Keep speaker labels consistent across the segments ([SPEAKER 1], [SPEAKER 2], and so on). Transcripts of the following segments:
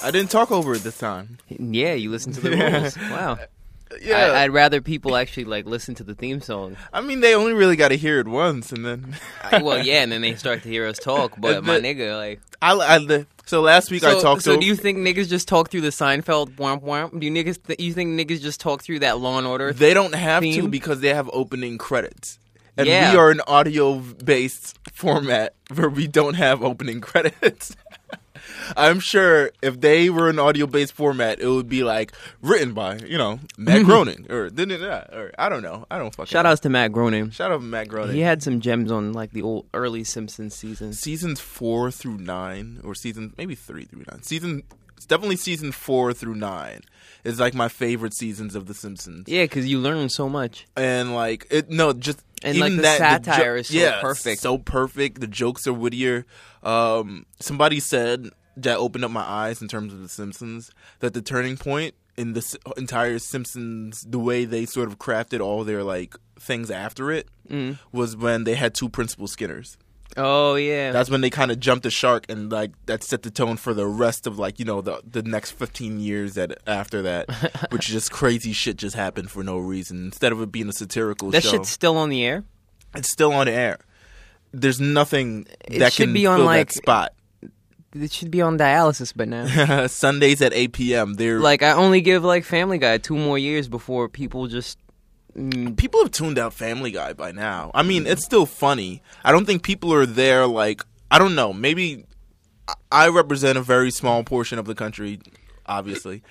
[SPEAKER 1] I didn't talk over it this time.
[SPEAKER 2] Yeah, you listen to the rules. Wow.
[SPEAKER 1] Yeah,
[SPEAKER 2] I,
[SPEAKER 1] I,
[SPEAKER 2] I'd rather people actually like listen to the theme song.
[SPEAKER 1] mean they only really got to hear it once, and then
[SPEAKER 2] I- well, yeah, and then they start to hear us talk. But my
[SPEAKER 1] The-
[SPEAKER 2] nigga, like,
[SPEAKER 1] I, I the- so last week I
[SPEAKER 2] so,
[SPEAKER 1] talked
[SPEAKER 2] so
[SPEAKER 1] to
[SPEAKER 2] do you think niggas just talk through the Seinfeld womp womp? Do you niggas th- you think niggas just talk through that Law and Order?
[SPEAKER 1] they don't have to
[SPEAKER 2] theme?
[SPEAKER 1] because they have opening credits. And
[SPEAKER 2] Yeah.
[SPEAKER 1] we are an audio based format where we don't have opening credits. I'm sure if they were an audio based format, it would be like written by, you know, Matt Groening or, da- da- da, or I don't know. I don't fucking
[SPEAKER 2] Mm-hmm. Shout
[SPEAKER 1] know.
[SPEAKER 2] outs to Matt Groening.
[SPEAKER 1] Shout out Matt Groening.
[SPEAKER 2] He had some gems on like the old early Simpsons seasons.
[SPEAKER 1] seasons four through nine, or season maybe three through nine. Season it's definitely season four through nine is like my favorite seasons of The Simpsons.
[SPEAKER 2] Yeah, because you learn so much.
[SPEAKER 1] And like it, no, just
[SPEAKER 2] And, like,
[SPEAKER 1] even
[SPEAKER 2] the
[SPEAKER 1] that, the
[SPEAKER 2] satire is so
[SPEAKER 1] yeah,
[SPEAKER 2] perfect.
[SPEAKER 1] so perfect. The jokes are wittier. Um, somebody said that opened up my eyes in terms of The Simpsons that the turning point in the s- entire Simpsons, the way they sort of crafted all their like things after it,
[SPEAKER 2] Mm.
[SPEAKER 1] was when they had two principal Skinners.
[SPEAKER 2] Oh yeah,
[SPEAKER 1] That's when they kind of jumped the shark and like that set the tone for the rest of like you know the the next 15 years that after that, which just crazy shit just happened for no reason. Instead of it being a satirical
[SPEAKER 2] that
[SPEAKER 1] show,
[SPEAKER 2] shit's still on the air.
[SPEAKER 1] it's still on air. There's nothing
[SPEAKER 2] It
[SPEAKER 1] that
[SPEAKER 2] should
[SPEAKER 1] can
[SPEAKER 2] be on,
[SPEAKER 1] fill
[SPEAKER 2] like-
[SPEAKER 1] that spot.
[SPEAKER 2] It should be on dialysis, but now.
[SPEAKER 1] Sundays at 8 p.m. They're like
[SPEAKER 2] Like I only give like Family Guy two more years before people just mm,
[SPEAKER 1] people have tuned out Family Guy by now. I mean, it's still funny. I don't think people are there. Like I don't know. Maybe I- I represent a very small portion of the country, obviously,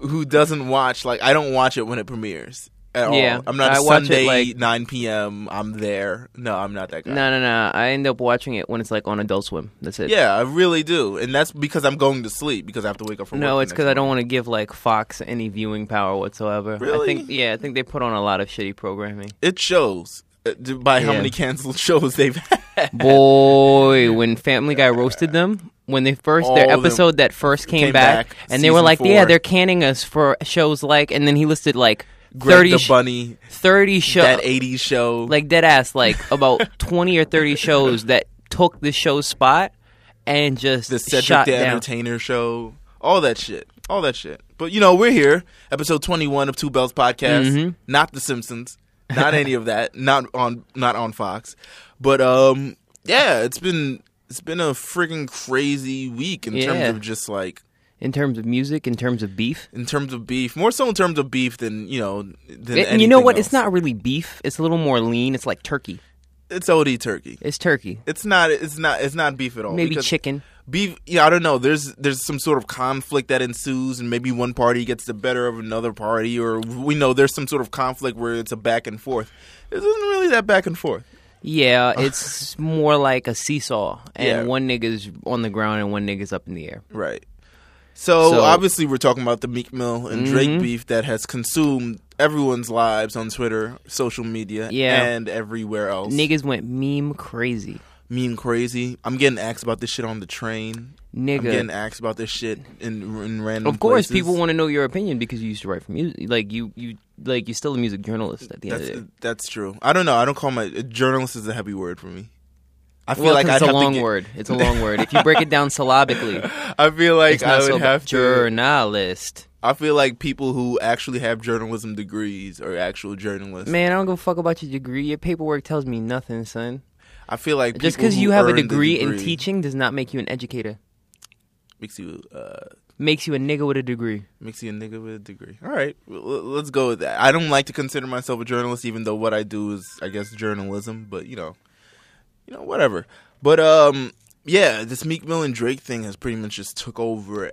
[SPEAKER 1] who doesn't watch. Like I don't watch it when it premieres at
[SPEAKER 2] Yeah,
[SPEAKER 1] all. I'm not a
[SPEAKER 2] I watch it,
[SPEAKER 1] Sunday
[SPEAKER 2] like-
[SPEAKER 1] 9 p.m. I'm there. No, I'm not that guy.
[SPEAKER 2] no no no. I end up watching it when it's like on Adult Swim. That's it.
[SPEAKER 1] Yeah, I really do, and that's because I'm going to sleep because I have to wake up from
[SPEAKER 2] No,
[SPEAKER 1] work
[SPEAKER 2] it's
[SPEAKER 1] the
[SPEAKER 2] because I
[SPEAKER 1] next
[SPEAKER 2] don't want to give like Fox any viewing power whatsoever. I
[SPEAKER 1] Really?
[SPEAKER 2] think yeah, I think they put on a lot of shitty programming.
[SPEAKER 1] morning. It shows uh, d- by how
[SPEAKER 2] Yeah.
[SPEAKER 1] many canceled shows they've had.
[SPEAKER 2] Boy, when Family Guy roasted them, when they first their
[SPEAKER 1] All of them
[SPEAKER 2] episode that first came,
[SPEAKER 1] came
[SPEAKER 2] back,
[SPEAKER 1] back,
[SPEAKER 2] and they were
[SPEAKER 1] season
[SPEAKER 2] like, yeah,
[SPEAKER 1] four.
[SPEAKER 2] they're canning us for shows like, and then he listed like
[SPEAKER 1] Greg
[SPEAKER 2] 30,
[SPEAKER 1] the
[SPEAKER 2] sh-
[SPEAKER 1] Bunny,
[SPEAKER 2] 30 shows.
[SPEAKER 1] that 80s show.
[SPEAKER 2] like dead ass like about 20 or 30 shows that took the show's spot and just
[SPEAKER 1] the Cedric
[SPEAKER 2] shot
[SPEAKER 1] the
[SPEAKER 2] down.
[SPEAKER 1] Entertainer show, all that shit, all that shit. But you know, we're here, episode twenty-one of Two Bells podcast.
[SPEAKER 2] Mm-hmm.
[SPEAKER 1] Not The Simpsons, not any of that, not on, not on Fox. But um, yeah, it's been it's been a freaking crazy week in
[SPEAKER 2] Yeah.
[SPEAKER 1] terms of just like
[SPEAKER 2] in terms of music in terms of beef
[SPEAKER 1] in terms of beef, more so in terms of beef than you know than
[SPEAKER 2] And you know
[SPEAKER 1] anything
[SPEAKER 2] what
[SPEAKER 1] else.
[SPEAKER 2] it's not really beef it's a little more lean it's like turkey
[SPEAKER 1] It's od turkey.
[SPEAKER 2] it's turkey
[SPEAKER 1] It's not. It's not. It's not beef at all.
[SPEAKER 2] maybe
[SPEAKER 1] because-
[SPEAKER 2] chicken
[SPEAKER 1] beef yeah i don't know there's there's some sort of conflict that ensues and maybe one party gets the better of another party or we know there's some sort of conflict where it's a back and forth this isn't really that back and forth
[SPEAKER 2] yeah it's more like a seesaw and
[SPEAKER 1] Yeah.
[SPEAKER 2] one nigga's on the ground and one nigga's up in the air
[SPEAKER 1] right so,
[SPEAKER 2] So- Mm-hmm.
[SPEAKER 1] obviously we're talking about the meek mill and drake beef that has consumed everyone's lives on twitter social media
[SPEAKER 2] Yeah.
[SPEAKER 1] and everywhere else
[SPEAKER 2] niggas went meme crazy
[SPEAKER 1] mean crazy i'm getting asked about this shit on the train i'm
[SPEAKER 2] nigga
[SPEAKER 1] getting asked about this shit in, in random
[SPEAKER 2] of course
[SPEAKER 1] places.
[SPEAKER 2] people want to know your opinion because you used to write for music like you you like you're still a music journalist at the end
[SPEAKER 1] That's
[SPEAKER 2] of the day
[SPEAKER 1] that's true. I don't know. I don't call my a journalist is a heavy word for me. I feel
[SPEAKER 2] well,
[SPEAKER 1] like
[SPEAKER 2] 'cause
[SPEAKER 1] I'd
[SPEAKER 2] it's
[SPEAKER 1] have
[SPEAKER 2] a long
[SPEAKER 1] to get,
[SPEAKER 2] word. It's a long word. If you break it down syllabically,
[SPEAKER 1] I feel like
[SPEAKER 2] it's
[SPEAKER 1] I
[SPEAKER 2] not
[SPEAKER 1] would
[SPEAKER 2] so
[SPEAKER 1] have to.
[SPEAKER 2] journalist.
[SPEAKER 1] I feel like people who actually have journalism degrees are actual journalists.
[SPEAKER 2] Man, I don't give a fuck about your degree. Your paperwork tells me nothing, son.
[SPEAKER 1] I feel like
[SPEAKER 2] Just
[SPEAKER 1] people
[SPEAKER 2] because
[SPEAKER 1] who
[SPEAKER 2] you have a
[SPEAKER 1] earn the
[SPEAKER 2] degree, in
[SPEAKER 1] degree
[SPEAKER 2] teaching does not make you an educator.
[SPEAKER 1] makes you uh,
[SPEAKER 2] Makes you a nigga with a degree.
[SPEAKER 1] makes you a nigga with a degree. All right, well, l- let's go with that. I don't like to consider myself a journalist, even though what I do is, I guess, journalism. But you know, you know, whatever. But um, yeah, this Meek Mill and Drake thing has pretty much just took over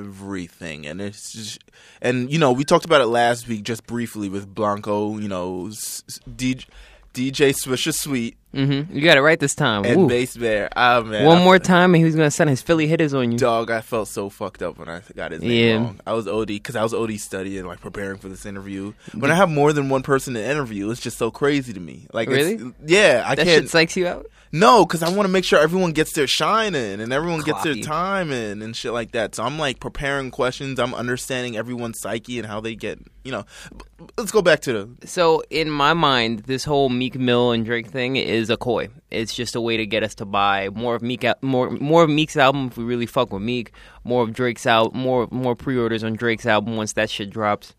[SPEAKER 1] everything, and it's just, and you know, we talked about it last week just briefly with Blanco. You know, s- s- DJ, DJ Swisher Sweet
[SPEAKER 2] Mm-hmm. You got it right this time.
[SPEAKER 1] and
[SPEAKER 2] Woo.
[SPEAKER 1] Bass Bear. Ah man,
[SPEAKER 2] One
[SPEAKER 1] I-
[SPEAKER 2] more time, and he was gonna send his Philly hitters on you.
[SPEAKER 1] Dog, I felt so fucked up when I got his name
[SPEAKER 2] Yeah.
[SPEAKER 1] wrong. I was OD because I was OD studying, like preparing for this interview. When I have more than one person to interview, it's just so crazy to me. Like, it's-
[SPEAKER 2] Really?
[SPEAKER 1] yeah, I
[SPEAKER 2] that
[SPEAKER 1] can't.
[SPEAKER 2] shit psychs you out.
[SPEAKER 1] No, because I want to make sure everyone gets their shine in and everyone gets their
[SPEAKER 2] Clocky.
[SPEAKER 1] time in and shit like that. So I'm like preparing questions. I'm understanding everyone's psyche and how they get. You know, B- b- let's go back to the
[SPEAKER 2] So in my mind, this whole Meek Mill and Drake thing is a coy. It's just a way to get us to buy more of Meek, al- more more of Meek's album if we really fuck with Meek. More of Drake's out, more more pre-orders on Drake's album once that shit drops.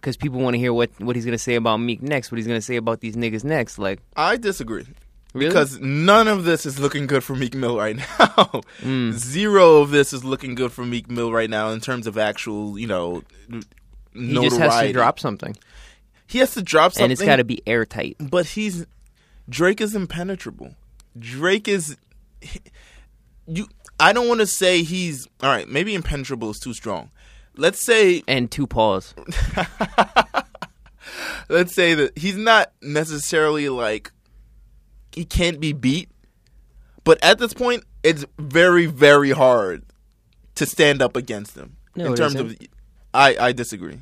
[SPEAKER 2] Because people want to hear what what he's gonna say about Meek next, what he's gonna say about these niggas next. Like
[SPEAKER 1] I disagree
[SPEAKER 2] really,
[SPEAKER 1] because none of this is looking good for Meek Mill right now.
[SPEAKER 2] Hmm.
[SPEAKER 1] Zero of this is looking good for Meek Mill right now in terms of actual, you know, n-
[SPEAKER 2] he
[SPEAKER 1] notoriety.
[SPEAKER 2] just has to drop something,
[SPEAKER 1] He has to drop something,
[SPEAKER 2] and it's got to be airtight.
[SPEAKER 1] but he's Drake is impenetrable. Drake is he- you. I don't want to say he's all right. Maybe impenetrable is too strong. Let's say
[SPEAKER 2] And two paws.
[SPEAKER 1] let's say that he's not necessarily like he can't be beat, but at this point, it's very very hard to stand up against him
[SPEAKER 2] No,
[SPEAKER 1] in
[SPEAKER 2] it
[SPEAKER 1] terms
[SPEAKER 2] isn't.
[SPEAKER 1] of. I I disagree.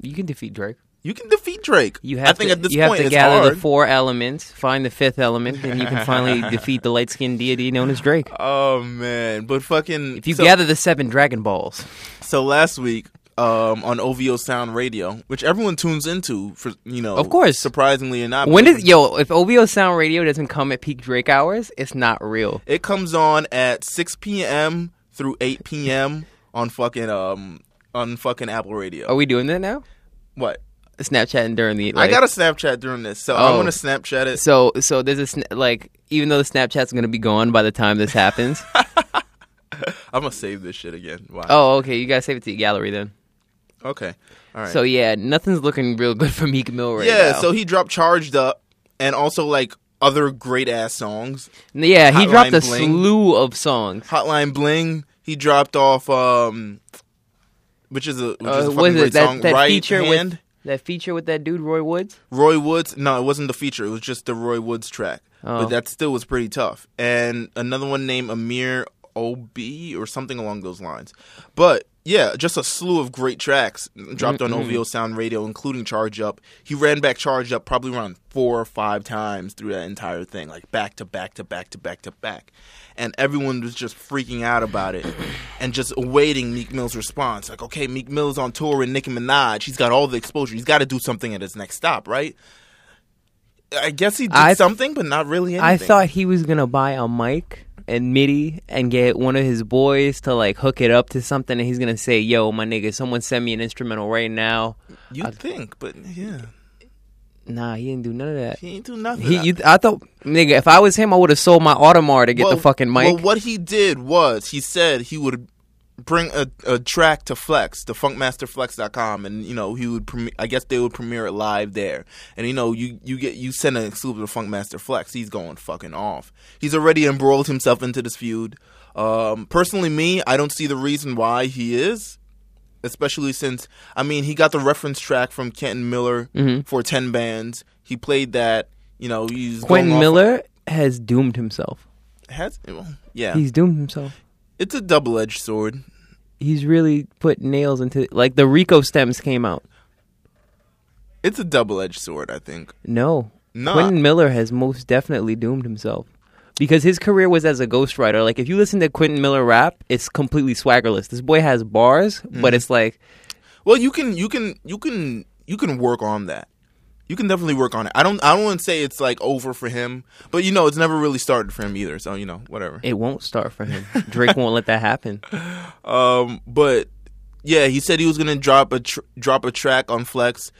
[SPEAKER 2] You can defeat Drake.
[SPEAKER 1] You can defeat Drake.
[SPEAKER 2] You have
[SPEAKER 1] I think
[SPEAKER 2] to,
[SPEAKER 1] at this
[SPEAKER 2] you
[SPEAKER 1] point
[SPEAKER 2] have to
[SPEAKER 1] it's
[SPEAKER 2] gather
[SPEAKER 1] hard.
[SPEAKER 2] the four elements, find the fifth element, and you can finally defeat the light skinned deity known as Drake.
[SPEAKER 1] oh man, but fucking
[SPEAKER 2] If you
[SPEAKER 1] so-
[SPEAKER 2] gather the seven Dragon Balls,
[SPEAKER 1] So last week um, on OVO Sound Radio, which everyone tunes into for you know,
[SPEAKER 2] Of course.
[SPEAKER 1] surprisingly or not.
[SPEAKER 2] when
[SPEAKER 1] but
[SPEAKER 2] does yo? If OVO Sound Radio doesn't come at peak Drake hours, it's not real.
[SPEAKER 1] it comes on at 6 p.m. through 8 p.m. on fucking um on fucking Apple Radio?
[SPEAKER 2] Are we doing that now?
[SPEAKER 1] What?
[SPEAKER 2] Snapchatting during the
[SPEAKER 1] I
[SPEAKER 2] like,
[SPEAKER 1] got a Snapchat during this, so I'm
[SPEAKER 2] Oh.
[SPEAKER 1] gonna Snapchat it.
[SPEAKER 2] so so there's a sna- like even though the Snapchat's gonna be gone by the time this happens.
[SPEAKER 1] I'm gonna save this shit again. Wow.
[SPEAKER 2] oh, okay, you gotta save it to your gallery then.
[SPEAKER 1] Okay. All right.
[SPEAKER 2] Oh. So yeah, nothing's looking real good for Meek Mill right
[SPEAKER 1] yeah.
[SPEAKER 2] now.
[SPEAKER 1] So he dropped "Charged Up" and also like other great ass songs.
[SPEAKER 2] yeah, he
[SPEAKER 1] Hotline
[SPEAKER 2] dropped a
[SPEAKER 1] Bling.
[SPEAKER 2] slew of songs.
[SPEAKER 1] Hotline Bling. He dropped off, um, which is a which is
[SPEAKER 2] Uh,
[SPEAKER 1] a fucking
[SPEAKER 2] what is
[SPEAKER 1] great
[SPEAKER 2] it that,
[SPEAKER 1] song.
[SPEAKER 2] that
[SPEAKER 1] right
[SPEAKER 2] feature
[SPEAKER 1] hand.
[SPEAKER 2] with that feature with that dude Roy Woods?
[SPEAKER 1] Roy Woods. No, it wasn't the feature. It was just the Roy Woods track.
[SPEAKER 2] Oh.
[SPEAKER 1] But that still was pretty tough. And another one named Amir OB or something along those lines. But yeah, just a slew of great tracks dropped on OVO Sound Radio, including Charge Up. He ran back Charge Up probably around four or five times through that entire thing, like back to back to back to back to back. And everyone was just freaking out about it and just awaiting Meek Mill's response. Like, okay, Meek Mill's on tour with Nicki Minaj. He's got all the exposure. He's got to do something at his next stop, right? I guess he did
[SPEAKER 2] I-
[SPEAKER 1] something, but not really anything.
[SPEAKER 2] I thought he was gonna buy a mic and MIDI and get one of his boys to like hook it up to something, and he's gonna say, "Yo, my nigga, someone send me an instrumental right now."
[SPEAKER 1] you think, but yeah,
[SPEAKER 2] Nah, he didn't do none of that.
[SPEAKER 1] he ain't do nothing.
[SPEAKER 2] He, you, I thought, nigga, if I was him, I would have sold my Audemars to get
[SPEAKER 1] Well-
[SPEAKER 2] the fucking mic.
[SPEAKER 1] Well, what he did was he said he would bring a, a track to Flex, to FunkmasterFlex.com, and you know he would. Premi- I guess they would premiere it live there, and you know you you get you send an exclusive to Funkmaster Flex. He's going fucking off. He's already embroiled himself into this feud. Um, personally, me, I don't see the reason why he is. Especially since, I mean, he got the reference track from Kenton Miller
[SPEAKER 2] Mm-hmm.
[SPEAKER 1] for 10 bands. He played that, you know, he's. going
[SPEAKER 2] Quentin
[SPEAKER 1] off-
[SPEAKER 2] Miller has doomed himself.
[SPEAKER 1] Has, well, yeah.
[SPEAKER 2] He's doomed himself.
[SPEAKER 1] It's a double edged sword.
[SPEAKER 2] He's really put nails into like the Rico stems came out.
[SPEAKER 1] It's a double edged sword, I think.
[SPEAKER 2] No.
[SPEAKER 1] Nah.
[SPEAKER 2] Quentin Miller has most definitely doomed himself. Because his career was as a ghostwriter. Like if you listen to Quentin Miller rap, it's completely swaggerless. This boy has bars,
[SPEAKER 1] Mm-hmm.
[SPEAKER 2] but it's like
[SPEAKER 1] Well, you can you can you can you can work on that. You can definitely work on it. I don't I don't want to say it's like over for him, but you know, it's never really started for him either, so you know, whatever.
[SPEAKER 2] it won't start for him. Drake won't let that happen.
[SPEAKER 1] Um but yeah, he said he was going to drop a tr- drop a track on Flex.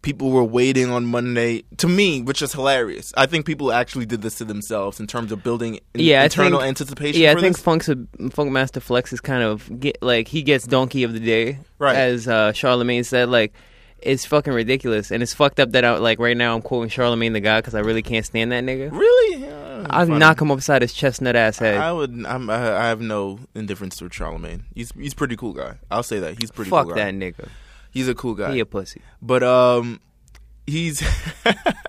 [SPEAKER 1] People were waiting on Monday to me, which is hilarious. I think people actually did this to themselves in terms of building in-
[SPEAKER 2] Yeah, I
[SPEAKER 1] internal
[SPEAKER 2] think-
[SPEAKER 1] anticipation.
[SPEAKER 2] Yeah, I
[SPEAKER 1] for
[SPEAKER 2] think
[SPEAKER 1] this.
[SPEAKER 2] Funk's a, Funk Master Flex is kind of get, like he gets donkey of the day,
[SPEAKER 1] Right.
[SPEAKER 2] As uh, Charlemagne said, like it's fucking ridiculous, and it's fucked up that I like right now I'm quoting Charlemagne the God because I really can't stand that nigga.
[SPEAKER 1] really, Yeah,
[SPEAKER 2] I'd
[SPEAKER 1] fine.
[SPEAKER 2] knock him upside his chestnut ass head.
[SPEAKER 1] I would. I'm, I I have no indifference to Charlemagne. He's he's a pretty cool guy. I'll say that he's a pretty
[SPEAKER 2] Fuck
[SPEAKER 1] cool guy.
[SPEAKER 2] that nigga.
[SPEAKER 1] He's a cool guy.
[SPEAKER 2] He a pussy.
[SPEAKER 1] But um, he's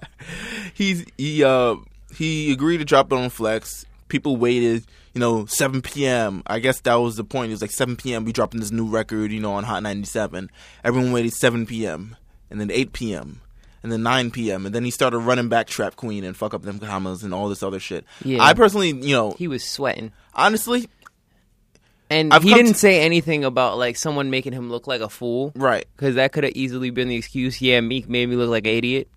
[SPEAKER 1] he's he uh he agreed to drop it on Flex. People waited, you know, 7 p.m. I guess that was the point. It was like 7 p.m. We dropping this new record, you know, on Hot 97. Everyone waited 7 p.m. and then 8 p.m. and then 9 p.m. and then he started running back Trap Queen and fuck up them commas and all this other shit.
[SPEAKER 2] Yeah.
[SPEAKER 1] I personally, you know,
[SPEAKER 2] He was sweating.
[SPEAKER 1] honestly,
[SPEAKER 2] And
[SPEAKER 1] I've
[SPEAKER 2] he
[SPEAKER 1] come
[SPEAKER 2] didn't
[SPEAKER 1] to-
[SPEAKER 2] say anything about like someone making him look like a fool.
[SPEAKER 1] right.
[SPEAKER 2] Because that could have easily been the excuse. Yeah, Meek made me look like an idiot.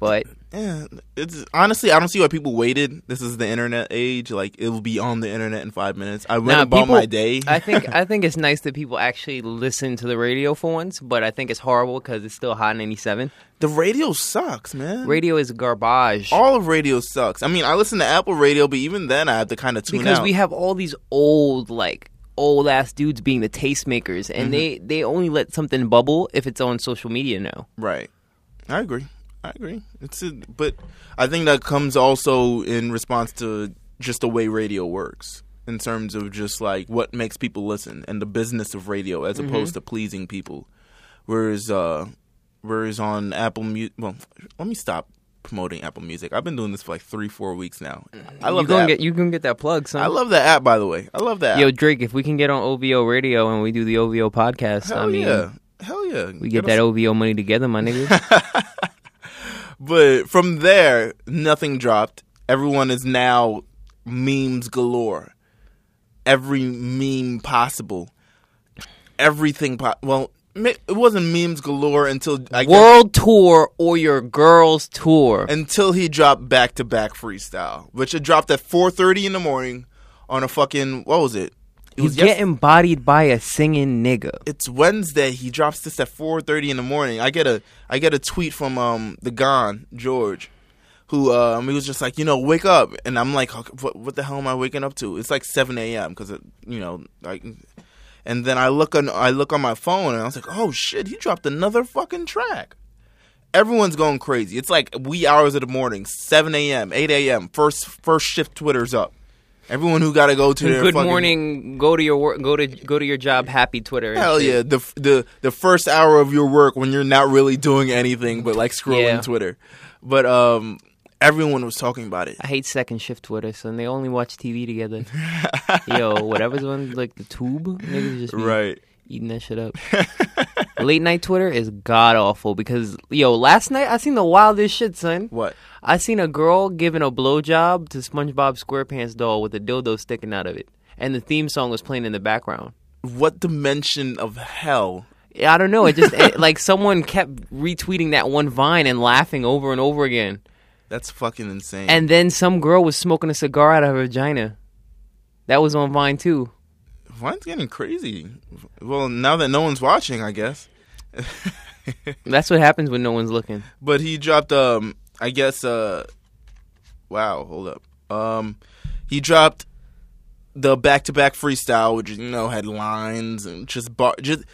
[SPEAKER 2] But
[SPEAKER 1] Yeah, it's honestly I don't see why people waited. This is the internet age. Like it'll be on the internet in five minutes. I went
[SPEAKER 2] Nah,
[SPEAKER 1] about
[SPEAKER 2] people-
[SPEAKER 1] my day.
[SPEAKER 2] I think I think it's nice that people actually listen to the radio for once. But I think it's horrible because it's still hot ninety seven.
[SPEAKER 1] the radio sucks, man.
[SPEAKER 2] Radio is garbage.
[SPEAKER 1] All of radio sucks. I mean, I listen to Apple Radio, but even then, I have to kind of tune
[SPEAKER 2] because
[SPEAKER 1] out.
[SPEAKER 2] we have all these old like old ass dudes being the tastemakers
[SPEAKER 1] Mm-hmm.
[SPEAKER 2] and they they only let something bubble if it's on social media now
[SPEAKER 1] Right. I agree. I agree. It's a, but I think that comes also in response to just the way radio works in terms of just like what makes people listen and the business of radio as
[SPEAKER 2] Mm-hmm.
[SPEAKER 1] opposed to pleasing people. Whereas uh whereas on Apple Music, well, let me stop promoting Apple Music. I've been doing this for like 3 4 weeks now. I love
[SPEAKER 2] Mm-hmm. you gonna
[SPEAKER 1] that.
[SPEAKER 2] get you gonna get that plug son
[SPEAKER 1] I love that app by the way. I love that.
[SPEAKER 2] yo
[SPEAKER 1] app.
[SPEAKER 2] drake if we can get on ovo radio and we do the ovo podcast
[SPEAKER 1] Hell
[SPEAKER 2] i mean
[SPEAKER 1] Oh, yeah. Hell yeah.
[SPEAKER 2] we get that ovo money together my nigga
[SPEAKER 1] But from there, nothing dropped. Everyone is now memes galore. Every meme possible. Everything. Po- well, ma- it wasn't memes galore until I guess,
[SPEAKER 2] world tour or your girls tour
[SPEAKER 1] until he dropped back to back freestyle, which it dropped at four thirty in the morning on a fucking what was it? It
[SPEAKER 2] you
[SPEAKER 1] was
[SPEAKER 2] get
[SPEAKER 1] yes-
[SPEAKER 2] embodied by a singing nigga
[SPEAKER 1] it's Wednesday. He drops this at four thirty in the morning. I get a I get a tweet from um the Gon George, who um he was just like you know wake up, and I'm like "Okay, what what the hell am I waking up to? It's like seven a.m. because you know like, and then I look on I look on my phone and I was like oh shit he dropped another fucking track. Everyone's going crazy. It's like wee hours of the morning, seven a.m., eight a.m. First first shift Twitter's up. Everyone who got to go to their
[SPEAKER 2] good
[SPEAKER 1] fucking-
[SPEAKER 2] morning go to your work go to go to your job happy twitter and
[SPEAKER 1] Hell
[SPEAKER 2] shit.
[SPEAKER 1] yeah! The the the first hour of your work when you're not really doing anything but like scrolling
[SPEAKER 2] Yeah.
[SPEAKER 1] Twitter, but um, everyone was talking about it.
[SPEAKER 2] I hate second shift Twitter, so they only watch TV together. Yo, whatever's on like the tube, niggas just be
[SPEAKER 1] Right.
[SPEAKER 2] eating that shit up. Late night Twitter is god awful because yo, last night I seen the wildest shit, son.
[SPEAKER 1] What?
[SPEAKER 2] I seen a girl giving a blowjob to SpongeBob SquarePants doll with a dildo sticking out of it, and the theme song was playing in the background.
[SPEAKER 1] What dimension of hell?
[SPEAKER 2] Yeah, I don't know. It just it, like someone kept retweeting that one vine and laughing over and over again,
[SPEAKER 1] That's fucking insane.
[SPEAKER 2] and then some girl was smoking a cigar out of her vagina. That was on Vine too.
[SPEAKER 1] Vine's getting crazy. Well, now that no one's watching, I guess.
[SPEAKER 2] That's what happens when no one's looking.
[SPEAKER 1] But he dropped um, I guess uh, wow, hold up. Um, he dropped the back to back freestyle, which you know had lines and just bar- just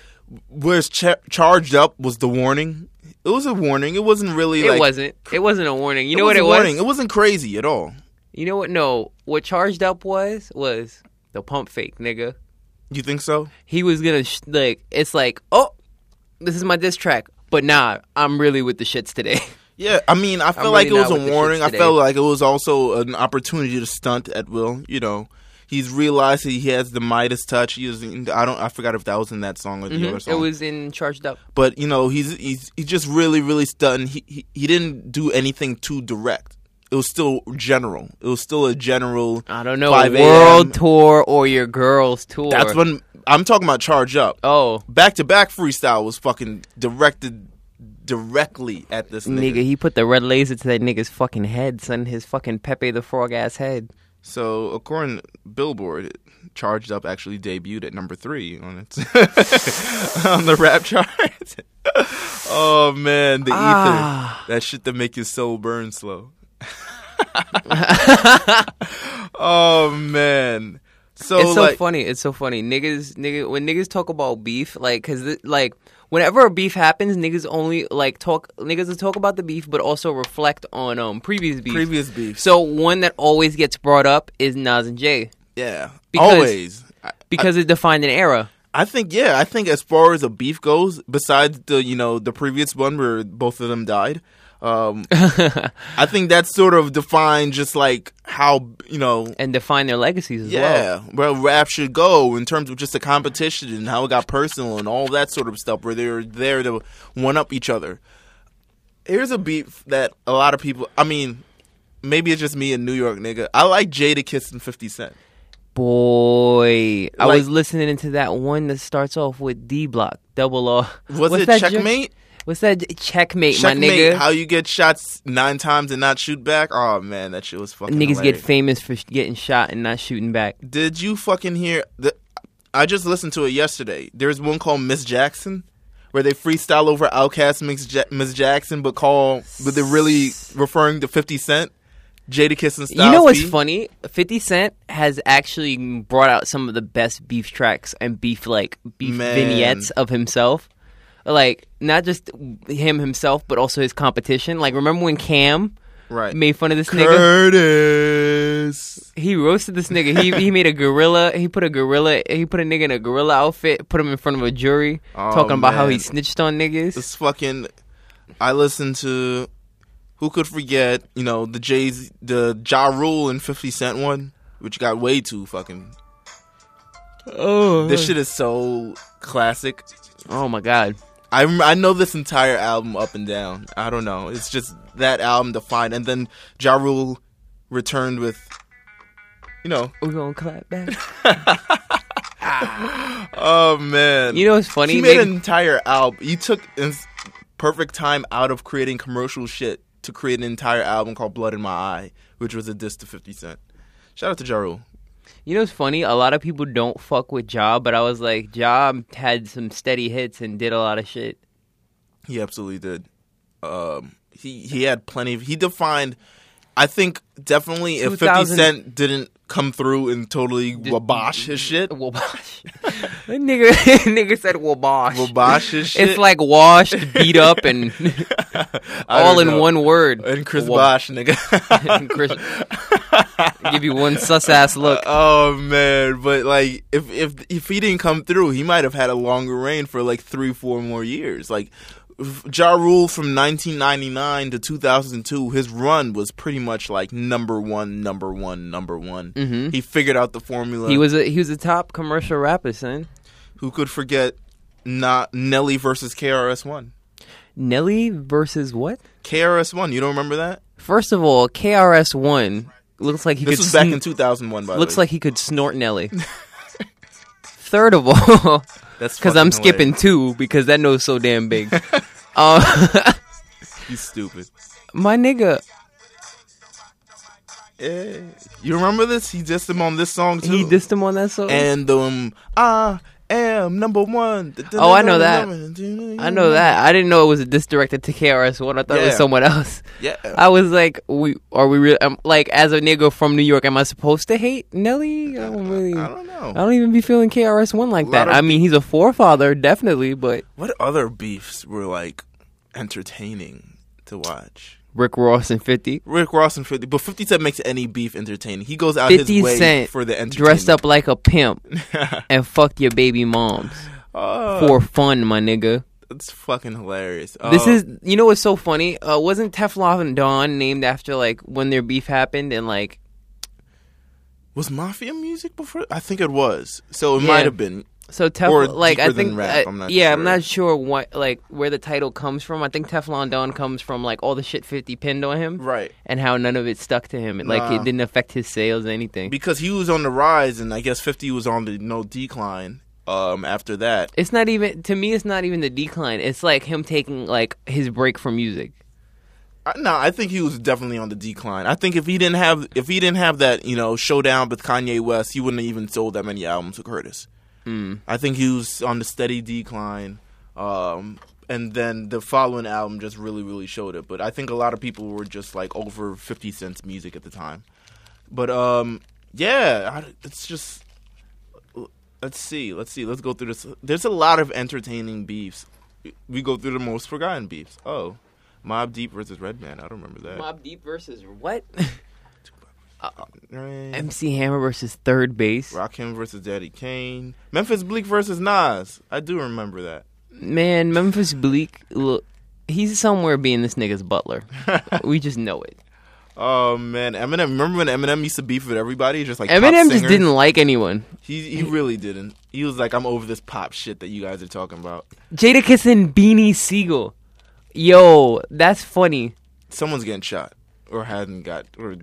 [SPEAKER 1] whereas cha- charged up was the warning. It was a warning. It wasn't really.
[SPEAKER 2] It
[SPEAKER 1] like,
[SPEAKER 2] wasn't. It wasn't a warning. You know
[SPEAKER 1] was
[SPEAKER 2] what
[SPEAKER 1] a
[SPEAKER 2] it
[SPEAKER 1] warning.
[SPEAKER 2] was?
[SPEAKER 1] It wasn't crazy at all.
[SPEAKER 2] You know what? No, what charged up was was the pump fake, nigga.
[SPEAKER 1] You think so?
[SPEAKER 2] He was gonna sh- like. It's like, oh, this is my diss track, but nah, I'm really with the shits today.
[SPEAKER 1] Yeah, I mean, I felt like
[SPEAKER 2] really
[SPEAKER 1] it was
[SPEAKER 2] not
[SPEAKER 1] a
[SPEAKER 2] with the
[SPEAKER 1] warning. I
[SPEAKER 2] shits today.
[SPEAKER 1] felt like it was also an opportunity to stunt at will. You know, he's realized he has the Midas touch. He is. I don't. I forgot if that was in that song or the other
[SPEAKER 2] Mm-hmm. it
[SPEAKER 1] song.
[SPEAKER 2] was in charged up.
[SPEAKER 1] but you know he's he's he just really really stunning. He, he he didn't do anything too direct. It was still general. It was still a general.
[SPEAKER 2] I don't know.
[SPEAKER 1] 5 a.m..
[SPEAKER 2] World tour or your girls tour.
[SPEAKER 1] That's when I'm talking about. Charge up.
[SPEAKER 2] Oh,
[SPEAKER 1] Back to back freestyle was fucking directed directly at this nigga.
[SPEAKER 2] nigga, he put the red laser to that nigga's fucking head, son. His fucking Pepe the Frog ass head.
[SPEAKER 1] So according to Billboard, Charged Up actually debuted at number three on its on the rap chart. oh man, the
[SPEAKER 2] Ah.
[SPEAKER 1] ether, that shit that make your soul burn slow. oh man, so,
[SPEAKER 2] it's so
[SPEAKER 1] like,
[SPEAKER 2] funny. It's so funny. Niggas, nigga, when niggas talk about beef, like, cause th- like, whenever a beef happens, niggas only like talk. Niggas will talk about the beef, but also reflect on um previous beef.
[SPEAKER 1] previous beefs,
[SPEAKER 2] So one that always gets brought up is Nas and Jay
[SPEAKER 1] yeah,
[SPEAKER 2] Because-
[SPEAKER 1] always. I,
[SPEAKER 2] because it defined an era.
[SPEAKER 1] I think yeah, I think as far as a beef goes, besides the you know the previous one where both of them died. Um, I think that sort of defined just like how you know
[SPEAKER 2] and define their legacies as well.
[SPEAKER 1] yeah where rap should go in terms of just the competition and how it got personal and all that sort of stuff where they were there to one up each other. Here's a beat that a lot of people. I mean, maybe it's just me and New York nigga. I like Jada Kiss and Fifty Cent.
[SPEAKER 2] Boy, I
[SPEAKER 1] Like-
[SPEAKER 2] was listening to that one that starts off with D Block, Double R.
[SPEAKER 1] Was
[SPEAKER 2] What's
[SPEAKER 1] it
[SPEAKER 2] that joint?
[SPEAKER 1] Checkmate?
[SPEAKER 2] What's that? j- Checkmate, my
[SPEAKER 1] Checkmate.
[SPEAKER 2] nigga.
[SPEAKER 1] How you get shots nine times and not shoot back? Oh man, that shit was fucking.
[SPEAKER 2] Niggas get
[SPEAKER 1] hilarious.
[SPEAKER 2] famous for sh- getting shot and not shooting back.
[SPEAKER 1] Did you fucking hear? The, I just listened to it yesterday. There's one called Miss Jackson, where they freestyle over Outkast Miss, ja- Miss Jackson, but call but they're really referring to Fifty Cent, Jada Kiss and Styles
[SPEAKER 2] you know what's
[SPEAKER 1] P.
[SPEAKER 2] funny? 50 Cent has actually brought out some of the best beef tracks and beef like beef
[SPEAKER 1] Man.
[SPEAKER 2] vignettes of himself. Like not just him himself, but also his competition. Like remember when Cam
[SPEAKER 1] Right.
[SPEAKER 2] made fun of this nigga?
[SPEAKER 1] Curtis.
[SPEAKER 2] He roasted this nigga. He he made a gorilla. He put a gorilla. He put a nigga in a gorilla outfit. Put him in front of a jury,
[SPEAKER 1] Oh,
[SPEAKER 2] talking about how
[SPEAKER 1] man.
[SPEAKER 2] he snitched on niggas.
[SPEAKER 1] This fucking. I listened to. Who could forget? You know the Jay's, the Ja Rule and Fifty Cent one, which got way too fucking.
[SPEAKER 2] Oh,
[SPEAKER 1] This shit is so classic.
[SPEAKER 2] oh my god.
[SPEAKER 1] I rem- I know this entire album up and down. I don't know. It's just that album defined, and then Ja Rule returned with, you know,
[SPEAKER 2] We're gonna clap back.
[SPEAKER 1] oh man,
[SPEAKER 2] You know what's funny?
[SPEAKER 1] He made
[SPEAKER 2] They-
[SPEAKER 1] an entire album. He took his perfect time out of creating commercial shit to create an entire album called Blood in My Eye, which was a diss to 50 Cent. Shout out to Ja Rule.
[SPEAKER 2] You know, it's funny. A lot of people don't fuck with Job, but I was like, Job had some steady hits and did a lot of shit.
[SPEAKER 1] He absolutely did. Um, he he had plenty of. He defined. I think definitely if 50
[SPEAKER 2] 2000
[SPEAKER 1] Cent didn't come through and totally wabash his shit,
[SPEAKER 2] Wabash. that nigga, nigga said wabash.
[SPEAKER 1] wabash his shit.
[SPEAKER 2] It's like washed, beat up, and
[SPEAKER 1] I
[SPEAKER 2] all
[SPEAKER 1] don't
[SPEAKER 2] in
[SPEAKER 1] know.
[SPEAKER 2] one word.
[SPEAKER 1] And Chris
[SPEAKER 2] Wab-
[SPEAKER 1] Bosh, nigga.
[SPEAKER 2] and Chris- give you one sus ass look.
[SPEAKER 1] Oh man, but like if if if he didn't come through, he might have had a longer reign for like three, four more years. Like f- Ja Rule from 1999 to 2002, his run was pretty much like number one, number one, number one.
[SPEAKER 2] Mhm.
[SPEAKER 1] He figured out the formula.
[SPEAKER 2] He was a he was a top commercial rapper, son.
[SPEAKER 1] Who could forget? Not Nelly versus KRS One.
[SPEAKER 2] Nelly versus what?
[SPEAKER 1] KRS One. You don't remember that?
[SPEAKER 2] First of all, KRS One looks like he
[SPEAKER 1] This
[SPEAKER 2] could
[SPEAKER 1] was back
[SPEAKER 2] sn-
[SPEAKER 1] in 2001. By the
[SPEAKER 2] Looks
[SPEAKER 1] way.
[SPEAKER 2] like he could snort Nelly. Third of all,
[SPEAKER 1] that's
[SPEAKER 2] because I'm
[SPEAKER 1] fucking
[SPEAKER 2] skipping
[SPEAKER 1] hilarious.
[SPEAKER 2] two because that note's so damn big. uh,
[SPEAKER 1] You stupid.
[SPEAKER 2] my nigga,
[SPEAKER 1] Yeah. Eh, You remember this? He dissed him on this song too.
[SPEAKER 2] he dissed him on that song.
[SPEAKER 1] and um, I am number one.
[SPEAKER 2] Oh, I know that. I know that. I didn't know it was a diss directed to KRS One. I thought it was
[SPEAKER 1] Yeah.
[SPEAKER 2] someone else.
[SPEAKER 1] Yeah.
[SPEAKER 2] I was like, we are we real? I'm, like, as a nigga from New York, am I supposed to hate Nelly? I don't really.
[SPEAKER 1] I don't know.
[SPEAKER 2] I don't even be feeling KRS One like
[SPEAKER 1] Lot
[SPEAKER 2] that.
[SPEAKER 1] of-
[SPEAKER 2] I mean, he's a forefather, definitely, but
[SPEAKER 1] What other beefs were like entertaining to watch?
[SPEAKER 2] Rick Ross and Fifty.
[SPEAKER 1] Rick Ross and Fifty, but Fifty Cent makes any beef entertaining. He goes out
[SPEAKER 2] 50
[SPEAKER 1] his way
[SPEAKER 2] Cent
[SPEAKER 1] for the entertainment.
[SPEAKER 2] dressed up like a pimp
[SPEAKER 1] up.
[SPEAKER 2] and fucked your baby moms
[SPEAKER 1] oh,
[SPEAKER 2] for fun, my nigga.
[SPEAKER 1] it's fucking hilarious.
[SPEAKER 2] This
[SPEAKER 1] Oh,
[SPEAKER 2] is you know what's so funny? Uh, wasn't Teflon and Don named after like when their beef happened and like
[SPEAKER 1] was mafia music before. I think it was. So it
[SPEAKER 2] Yeah.
[SPEAKER 1] might have been.
[SPEAKER 2] so Tef
[SPEAKER 1] Or
[SPEAKER 2] like I
[SPEAKER 1] deeper than
[SPEAKER 2] think
[SPEAKER 1] rap,
[SPEAKER 2] I-
[SPEAKER 1] I'm not
[SPEAKER 2] yeah
[SPEAKER 1] sure.
[SPEAKER 2] I'm not sure what like where the title comes from. I think Teflon Don comes from like all the shit Fifty pinned on him
[SPEAKER 1] Right.
[SPEAKER 2] and how none of it stuck to him. It, like
[SPEAKER 1] Nah.
[SPEAKER 2] it didn't affect his sales or anything.
[SPEAKER 1] because he was on the rise, and I guess Fifty was on the no decline. Um, after that,
[SPEAKER 2] it's not even to me. It's not even the decline. It's like him taking like his break from music.
[SPEAKER 1] I, no, I think he was definitely on the decline. I think if he didn't have if he didn't have that you know showdown with Kanye West, he wouldn't have even sold that many albums to Curtis. Mm. I think he was on the steady decline. Um, and then the following album just really, really showed it. But I think a lot of people were just like over Fifty Cent's music at the time. But um, yeah, I, it's just let's see, let's see, let's go through this. There's a lot of entertaining beefs. We go through the most forgotten beefs. Oh, Mob Deep versus Redman. I don't remember that.
[SPEAKER 2] Mob Deep versus what?
[SPEAKER 1] Right.
[SPEAKER 2] MC Hammer versus Third Base.
[SPEAKER 1] Rakim versus Daddy Kane. Memphis Bleak versus Nas. I do remember that.
[SPEAKER 2] Man, Memphis Bleak, look, he's somewhere being this nigga's butler. we just know it.
[SPEAKER 1] Oh man, Eminem. Remember when Eminem used to beef with everybody? Just like pop
[SPEAKER 2] Eminem just
[SPEAKER 1] singers?
[SPEAKER 2] didn't like anyone.
[SPEAKER 1] He he really didn't. He was like, I'm over this pop shit that you guys are talking about.
[SPEAKER 2] Jadakiss and Beanie Siegel. Yo, that's funny.
[SPEAKER 1] Someone's getting shot or hadn't got or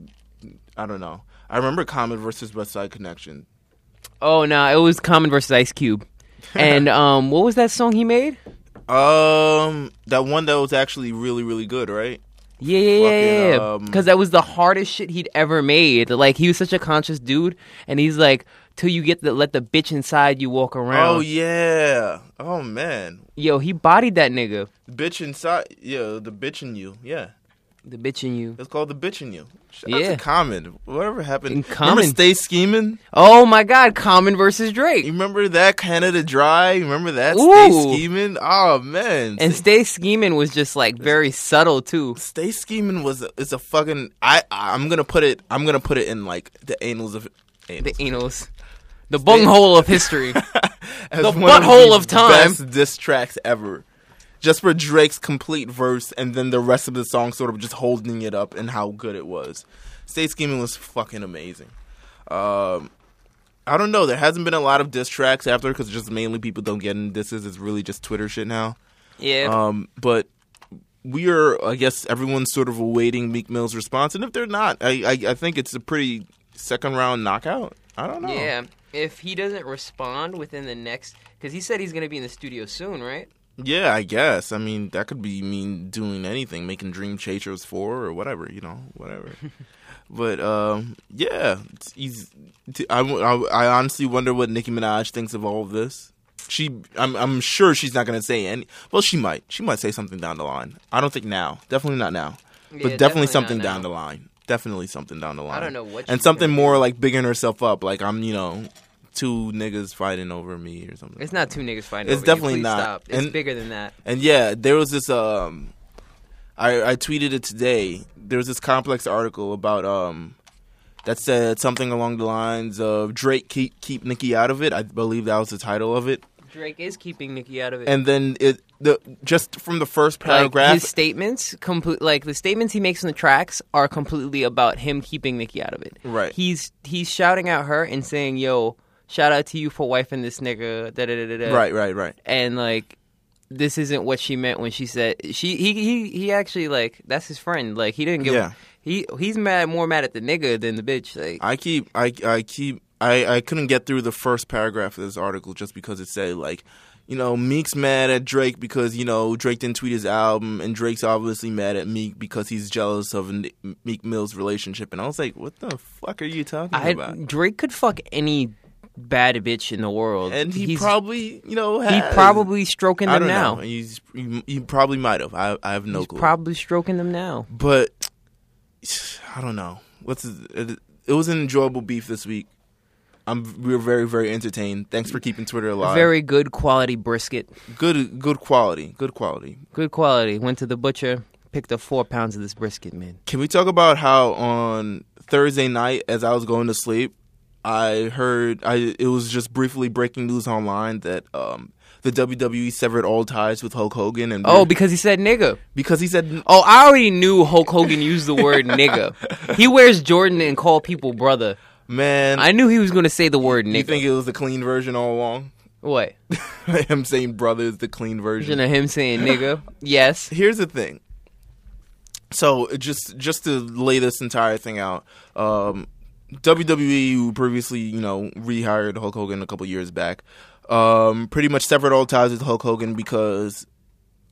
[SPEAKER 1] I don't know. I remember Common versus West Side Connection.
[SPEAKER 2] Oh no, it was Common versus Ice Cube. And um what was that song he made?
[SPEAKER 1] Um, that one that was actually really really good, right?
[SPEAKER 2] Yeah, yeah, yeah,
[SPEAKER 1] Fucking,
[SPEAKER 2] yeah.
[SPEAKER 1] um,
[SPEAKER 2] Because that was the hardest shit he'd ever made. Like he was such a conscious dude, and he's like, till you get the let the bitch inside you walk around.
[SPEAKER 1] Oh yeah. Oh man.
[SPEAKER 2] Yo, he bodied that nigga.
[SPEAKER 1] Bitch inside. Yeah, the bitch in you. Yeah.
[SPEAKER 2] The bitch in you.
[SPEAKER 1] It's called the bitch in you. Shout out
[SPEAKER 2] Yeah.
[SPEAKER 1] to Common. Whatever happened.
[SPEAKER 2] And
[SPEAKER 1] Remember
[SPEAKER 2] Common-
[SPEAKER 1] Stay Scheming?
[SPEAKER 2] Oh my God, Common versus Drake.
[SPEAKER 1] You remember that Canada Dry? You remember that Stay
[SPEAKER 2] Ooh.
[SPEAKER 1] Scheming? Oh man.
[SPEAKER 2] And Stay Scheming was just like very subtle too.
[SPEAKER 1] Stay scheming was a, it's a fucking I I'm gonna put it I'm gonna put it in like the annals of
[SPEAKER 2] The
[SPEAKER 1] annals.
[SPEAKER 2] anals, the bunghole of history.
[SPEAKER 1] As
[SPEAKER 2] the
[SPEAKER 1] one
[SPEAKER 2] butthole of time.
[SPEAKER 1] best diss tracks ever. Just for Drake's complete verse and then the rest of the song sort of just holding it up and how good it was. Stay scheming was fucking amazing. Um I don't know. There hasn't been a lot of diss tracks after because just mainly people don't get in disses. It's really just Twitter shit now.
[SPEAKER 2] Yeah.
[SPEAKER 1] Um, but we are, I guess, everyone's sort of awaiting Meek Mill's response, and if they're not, I, I, I think it's a pretty second round knockout. I don't know.
[SPEAKER 2] Yeah, if he doesn't respond within the next, because he said he's going to be in the studio soon, right?
[SPEAKER 1] Yeah, I guess. I mean, that could be mean doing anything, making Dream Chasers four or whatever, you know, whatever. but um, yeah, it's- he's. t- I, w- I w- I honestly wonder what Nicki Minaj thinks of all of this. She, I'm, I'm sure she's not gonna say any. Well, she might. She might say something down the line. I don't think now. Definitely not now.
[SPEAKER 2] Yeah,
[SPEAKER 1] but definitely,
[SPEAKER 2] definitely not
[SPEAKER 1] something
[SPEAKER 2] now.
[SPEAKER 1] down the line. Definitely something down the line.
[SPEAKER 2] don't know what
[SPEAKER 1] And
[SPEAKER 2] she's
[SPEAKER 1] something
[SPEAKER 2] gonna
[SPEAKER 1] more like bigging herself up. Like I'm, you know, two niggas fighting over me or something.
[SPEAKER 2] It's not two niggas fighting.
[SPEAKER 1] It's
[SPEAKER 2] over you.
[SPEAKER 1] definitely
[SPEAKER 2] Please
[SPEAKER 1] not.
[SPEAKER 2] Stop. It's
[SPEAKER 1] And-
[SPEAKER 2] bigger than that.
[SPEAKER 1] And yeah, there was this um I I tweeted it today. There was this complex article about um that said something along the lines of Drake keep keep Nicki out of it. I believe that was the title of it.
[SPEAKER 2] Drake is keeping Nicki out of it.
[SPEAKER 1] And then it the just from the first
[SPEAKER 2] Like,
[SPEAKER 1] paragraph
[SPEAKER 2] his statements, complete like the statements he makes in the tracks, are completely about him keeping Nicki out of it.
[SPEAKER 1] Right.
[SPEAKER 2] He's he's shouting out her and saying, "Yo, shout out to you for wifing this nigga." Da da da da. da.
[SPEAKER 1] Right, right, right.
[SPEAKER 2] and like this isn't what she meant when she said she he he, he actually like that's his friend like he didn't give
[SPEAKER 1] Yeah.
[SPEAKER 2] he he's mad more mad at the nigga than the bitch like
[SPEAKER 1] I keep I I keep I I couldn't get through the first paragraph of this article just because it said like you know Meek's mad at Drake because you know Drake didn't tweet his album and Drake's obviously mad at Meek because he's jealous of N- Meek Mill's relationship and I was like what the fuck are you talking
[SPEAKER 2] I,
[SPEAKER 1] about
[SPEAKER 2] Drake could fuck any bad bitch in the world
[SPEAKER 1] and he
[SPEAKER 2] He's-
[SPEAKER 1] probably you know
[SPEAKER 2] he
[SPEAKER 1] has.
[SPEAKER 2] probably stroking
[SPEAKER 1] I don't
[SPEAKER 2] them now
[SPEAKER 1] know he's he, he probably might have I I have no
[SPEAKER 2] he's
[SPEAKER 1] clue
[SPEAKER 2] probably stroking them now
[SPEAKER 1] but I don't know. What's it, it was an enjoyable beef this week. I'm we were very very entertained. Thanks for keeping Twitter alive.
[SPEAKER 2] very good quality brisket
[SPEAKER 1] good good quality, good quality.
[SPEAKER 2] good quality went to the butcher picked up four pounds of this brisket man
[SPEAKER 1] Can we talk about how on Thursday night as I was going to sleep, I heard I it was just briefly breaking news online that um the WWE severed all ties with Hulk Hogan and
[SPEAKER 2] oh because he said nigga
[SPEAKER 1] because he said
[SPEAKER 2] Oh, I already knew Hulk Hogan used the word nigga. He wears Jordan and call people brother.
[SPEAKER 1] man
[SPEAKER 2] I knew he was going to say the word
[SPEAKER 1] you
[SPEAKER 2] nigga.
[SPEAKER 1] think it was the clean version all along?
[SPEAKER 2] what?
[SPEAKER 1] I'm saying brother is the clean version.
[SPEAKER 2] Version of him saying nigga? Yes.
[SPEAKER 1] here's the thing. So just just to lay this entire thing out, um, WWE who previously you know rehired Hulk Hogan a couple years back, um, pretty much severed all ties with Hulk Hogan because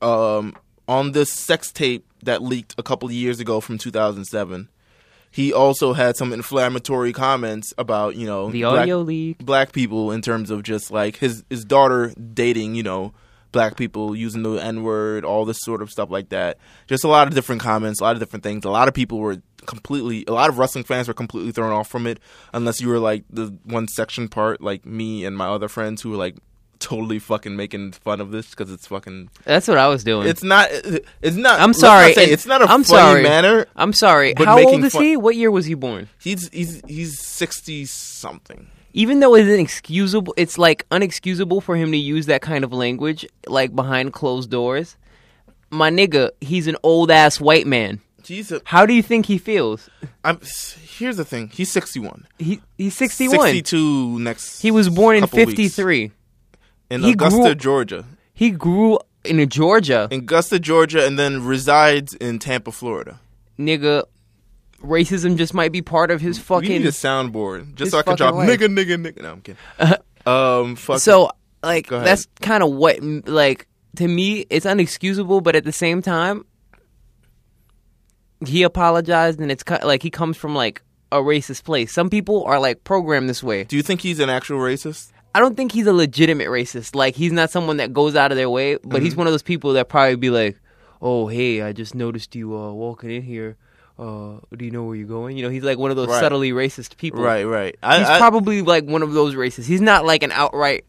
[SPEAKER 1] um, on this sex tape that leaked a couple years ago from 2007, he also had some inflammatory comments about you know
[SPEAKER 2] The
[SPEAKER 1] black-
[SPEAKER 2] audio leak.
[SPEAKER 1] black people in terms of just like his his daughter dating, you know, black people using the N word, all this sort of stuff like that. Just a lot of different comments, a lot of different things. A lot of people were completely, a lot of wrestling fans were completely thrown off from it, unless you were like the one section part, like me and my other friends who were like totally fucking making fun of this because it's fucking
[SPEAKER 2] That's what I was doing.
[SPEAKER 1] it's not it's not
[SPEAKER 2] I'm
[SPEAKER 1] let's
[SPEAKER 2] sorry.
[SPEAKER 1] not say
[SPEAKER 2] and-
[SPEAKER 1] it's not a
[SPEAKER 2] I'm
[SPEAKER 1] funny
[SPEAKER 2] sorry.
[SPEAKER 1] manner
[SPEAKER 2] I'm sorry.
[SPEAKER 1] but
[SPEAKER 2] How
[SPEAKER 1] making
[SPEAKER 2] old is
[SPEAKER 1] fun-
[SPEAKER 2] he? What year was he born?
[SPEAKER 1] he's he's he's 60 something
[SPEAKER 2] Even though it's inexcusable, it's like unexcusable for him to use that kind of language, like behind closed doors. My nigga, he's an old ass white man.
[SPEAKER 1] he's a,
[SPEAKER 2] How do you think he feels?
[SPEAKER 1] I'm here's the thing he's 61
[SPEAKER 2] He, he's 61.
[SPEAKER 1] 62 next.
[SPEAKER 2] He was born in
[SPEAKER 1] couple weeks
[SPEAKER 2] 53.
[SPEAKER 1] in
[SPEAKER 2] He
[SPEAKER 1] Augusta,
[SPEAKER 2] grew-
[SPEAKER 1] Georgia.
[SPEAKER 2] He grew in Georgia,
[SPEAKER 1] in Augusta, Georgia, and then resides in Tampa, Florida.
[SPEAKER 2] nigga, racism just might be part of his
[SPEAKER 1] We need
[SPEAKER 2] fucking.
[SPEAKER 1] a soundboard just
[SPEAKER 2] his
[SPEAKER 1] so I can
[SPEAKER 2] fucking
[SPEAKER 1] drop
[SPEAKER 2] life.
[SPEAKER 1] nigga, nigga, nigga. No, I'm kidding. um, fuck.
[SPEAKER 2] So like
[SPEAKER 1] Go ahead.
[SPEAKER 2] that's kind of what m- like to me it's unexcusable, but at the same time, he apologized and it's co- like he comes from like a racist place. Some people are like programmed this way.
[SPEAKER 1] do you think he's an actual racist?
[SPEAKER 2] I don't think he's a legitimate racist. Like he's not someone that goes out of their way, but
[SPEAKER 1] Mm-hmm.
[SPEAKER 2] he's one of those people that probably be like, "Oh, hey, I just noticed you uh, walking in here. Uh, do you know where you're going?" You know, he's like one of those
[SPEAKER 1] Right.
[SPEAKER 2] subtly racist people.
[SPEAKER 1] Right, right. I,
[SPEAKER 2] Oh. He's
[SPEAKER 1] I,
[SPEAKER 2] probably like one of those racists. He's not like an outright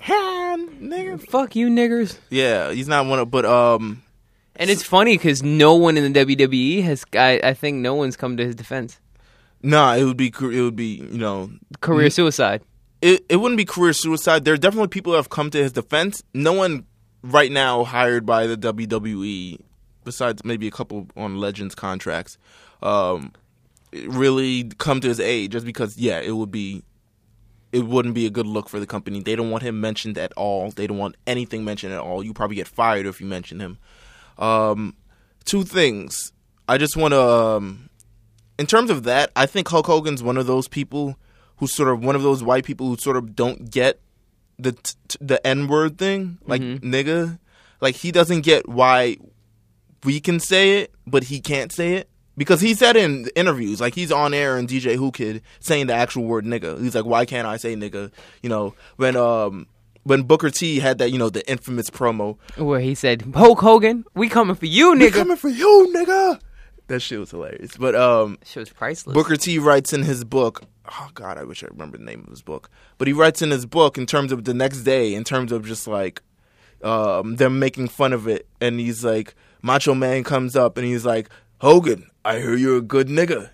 [SPEAKER 1] Han, nigga.
[SPEAKER 2] "fuck you, niggers."
[SPEAKER 1] Yeah, he's not one of. But um,
[SPEAKER 2] And it's funny because no one in the WWE has. I, I think no one's come to his defense.
[SPEAKER 1] nah, it would be. cr- It would be. You know,
[SPEAKER 2] Career suicide.
[SPEAKER 1] it, it wouldn't be career suicide. There are definitely people who have come to his defense. No one right now hired by the WWE, besides maybe a couple on Legends contracts, um, really come to his aid. Just because, yeah, it would be, it wouldn't be a good look for the company. They don't want him mentioned at all. They don't want anything mentioned at all. You probably get fired if you mention him. Um, two things. I just want to. Um, in terms of that, I think Hulk Hogan's one of those people who's sort of one of those white people who sort of don't get the t- t- the N word thing, like nigga. Like he doesn't get why we can say it, but he can't say it because he said in interviews, like he's on air and DJ Who Kid saying the actual word nigga. He's like, why can't I say nigga? You know when um when Booker T had that you know the infamous promo,
[SPEAKER 2] Where he said, "Hulk Hogan, we coming for you,
[SPEAKER 1] we
[SPEAKER 2] nigga."
[SPEAKER 1] coming for you, nigga. That shit was hilarious, but um.
[SPEAKER 2] Shit was priceless.
[SPEAKER 1] Booker T writes in his book. Oh God, I wish I remember the name of his book. But he writes in his book in terms of the next day, in terms of just like um, them making fun of it, and he's like, Macho Man comes up and he's like, Hogan, I hear you're a good nigga.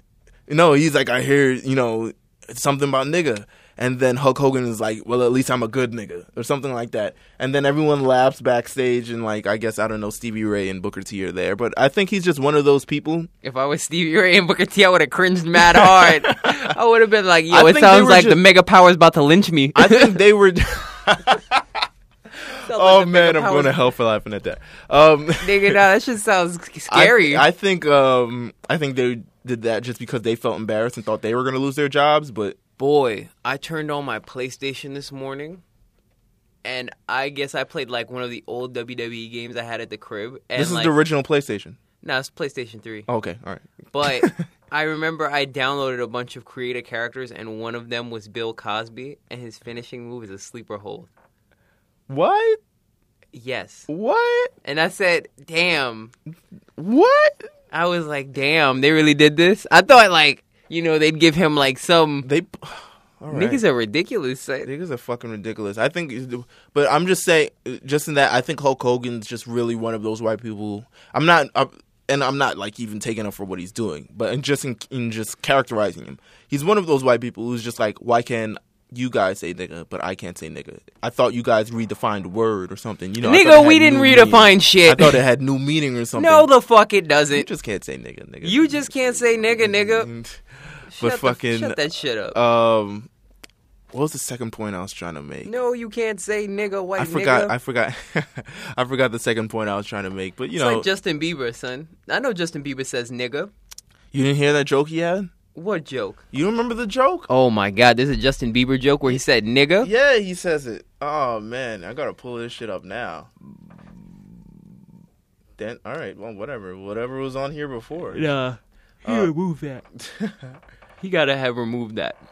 [SPEAKER 1] No, he's like, I hear you know something about nigga. And then Hulk Hogan is like, well, at least I'm a good nigga, or something like that. And then everyone laughs backstage, and like, I guess, I don't know, Stevie Ray and Booker T are there. But I think he's just one of those people
[SPEAKER 2] If I was Stevie Ray and Booker T, I would have cringed mad hard. I would have been like, "Yo,
[SPEAKER 1] I
[SPEAKER 2] it
[SPEAKER 1] think they
[SPEAKER 2] sounds
[SPEAKER 1] were
[SPEAKER 2] like the
[SPEAKER 1] just-
[SPEAKER 2] mega power's about to lynch me."
[SPEAKER 1] I think they were. oh man, I'm going
[SPEAKER 2] gonna
[SPEAKER 1] to hell for laughing at that. Um,
[SPEAKER 2] Nigga, no, that shit sounds sc-
[SPEAKER 1] I-
[SPEAKER 2] scary.
[SPEAKER 1] I, think um, I think they did that just because they felt embarrassed and thought they were going to lose their jobs. But
[SPEAKER 2] Boy, I turned on my PlayStation this morning, and I guess I played like one of the old WWE games I had at the crib. And,
[SPEAKER 1] this is
[SPEAKER 2] like,
[SPEAKER 1] the original PlayStation.
[SPEAKER 2] no, it's PlayStation Three.
[SPEAKER 1] Oh, okay, all right.
[SPEAKER 2] But I remember I downloaded a bunch of creative characters, and one of them was Bill Cosby, and his finishing move is a sleeper hold.
[SPEAKER 1] What?
[SPEAKER 2] Yes,
[SPEAKER 1] What?
[SPEAKER 2] and I said, "Damn."
[SPEAKER 1] What?
[SPEAKER 2] I was like, damn, they really did this. I thought like, you know, they'd give him like some
[SPEAKER 1] They. All right.
[SPEAKER 2] niggas are ridiculous. Like,
[SPEAKER 1] Niggas are fucking ridiculous. I think, but I'm just saying, just in that, I think Hulk Hogan's just really one of those white people. I'm not, i and I'm not like even taking him for what he's doing, but in just in, in just characterizing him, he's one of those white people who's just like, why can you guys say nigga, but I can't say nigga? I thought you guys redefined word or something. You know, I
[SPEAKER 2] Nigga,
[SPEAKER 1] thought it
[SPEAKER 2] we
[SPEAKER 1] had
[SPEAKER 2] didn't
[SPEAKER 1] new
[SPEAKER 2] redefine
[SPEAKER 1] meaning.
[SPEAKER 2] shit.
[SPEAKER 1] I thought it had new meaning or something.
[SPEAKER 2] no, the fuck it
[SPEAKER 1] you
[SPEAKER 2] doesn't.
[SPEAKER 1] just can't say nigga, nigga.
[SPEAKER 2] You just can't say nigga, nigga.
[SPEAKER 1] but
[SPEAKER 2] shut the-
[SPEAKER 1] fucking-
[SPEAKER 2] shut that shit up.
[SPEAKER 1] um, what was the second point I was trying to make?
[SPEAKER 2] no, you can't say nigga, white
[SPEAKER 1] I forgot.
[SPEAKER 2] nigga.
[SPEAKER 1] I forgot. I forgot the second point I was trying to make. But you
[SPEAKER 2] it's
[SPEAKER 1] know,
[SPEAKER 2] like Justin Bieber, son. I know Justin Bieber says nigga.
[SPEAKER 1] you didn't hear that joke he had.
[SPEAKER 2] What joke?
[SPEAKER 1] You remember the joke?
[SPEAKER 2] Oh my god, there's a Justin Bieber joke where he said nigga.
[SPEAKER 1] Yeah, he says it. Oh man, I gotta pull this shit up now. Then all right, well whatever, whatever was on here before.
[SPEAKER 2] Nah. He remove that. Uh, he gotta have removed that.